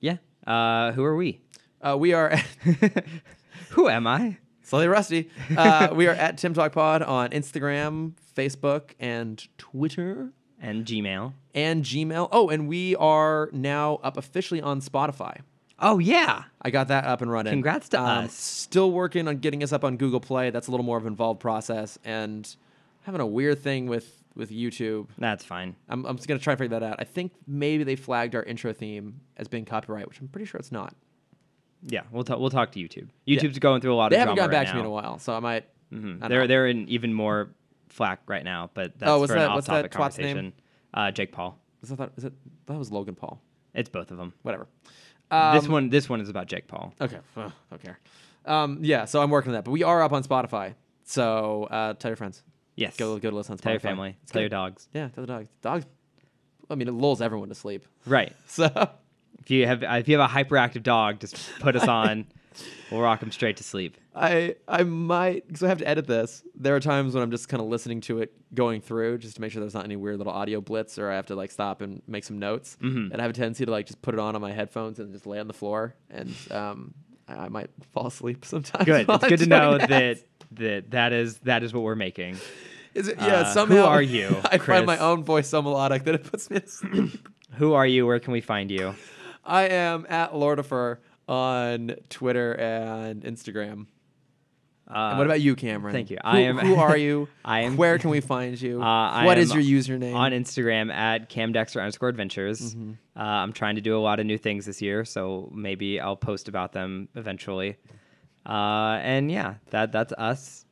Yeah. Uh, who are we? Uh, we are [LAUGHS] [LAUGHS] who am I? slightly rusty. Uh, we are at Tim Talk Pod on Instagram, Facebook, and Twitter And Gmail. and Gmail. Oh, and we are now up officially on Spotify. Oh yeah. I got that up and running. Um, Congrats to us. Still working on getting us up on Google Play. That's a little more of an involved process, and having a weird thing with with YouTube. That's fine. I'm, I'm just gonna try and figure that out. I think maybe they flagged our intro theme as being copyright, which I'm pretty sure it's not. Yeah, we'll talk. We'll talk to YouTube. YouTube's going through a lot They of. haven't drama gotten back right to me in a now. while, so I might. Mhm. I don't They're know. they're in even more flack right now, but that's Oh, what's for an that- what's that off-topic twat's name? conversation. Uh, Jake Paul. Is that, is it, that was Logan Paul. It's both of them. Whatever. Um, this one this one is about Jake Paul. Okay. Ugh, don't care. Um, yeah. So I'm working on that, but we are up on Spotify. So uh, tell your friends. Yes. Go go to listen on Spotify. tell your family. It's Tell your good. dogs. Yeah. Tell the dogs. Dogs. I mean, it lulls everyone to sleep. [LAUGHS] Right. So. If you have if you have a hyperactive dog, just put [LAUGHS] us on. we'll rock them straight to sleep. I I might because I have to edit this. There are times when I'm just kind of listening to it going through just to make sure there's not any weird little audio blitz or I have to like stop and make some notes. Mhm. And I have a tendency to like just put it on on my headphones and just lay on the floor and um I, I might fall asleep [LAUGHS] sometimes. Good. while It's I'm good to doing know that that that is that is what we're making. Is it, uh, yeah. who somehow are you, [LAUGHS] I find my Chris? own voice so melodic that it puts me. [LAUGHS] to sleep. Who are you? Where can we find you? I am at Lordifer on Twitter and Instagram. Uh, And what about you, Cameron? thank you. Who, I am- Who are you? [LAUGHS] I am- Where can we find you? [LAUGHS] Uh, I what is am your username? on Instagram at camdexter underscore adventures. Mm-hmm. Uh, I'm trying to do a lot of new things this year, so maybe I'll post about them eventually. Uh, and yeah, that that's us.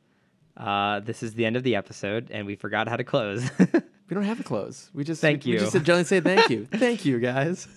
Uh, this is the end of the episode, and we forgot how to close. [LAUGHS] we don't have a close. We just Thank we, We you. just generally say thank [LAUGHS] you. thank you, guys.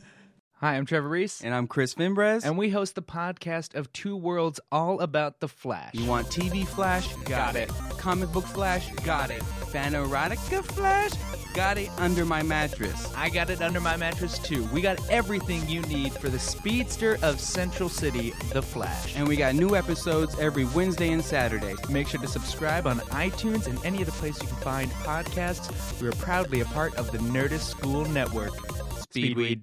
Hi, I'm Trevor Reese, And I'm Chris Fimbres. and we host the podcast of Two Worlds all about the Flash. you want TV Flash? Got, it. Comic book Flash? Got it. Fan erotica Flash? Got it under my mattress. I got it under my mattress too. We got everything you need for the speedster of Central City, The Flash. And And we got new episodes every Wednesday and Saturday. make sure to subscribe on iTunes and any other place you can find podcasts. We are proudly a part of the Nerdist School Network. Speedweed.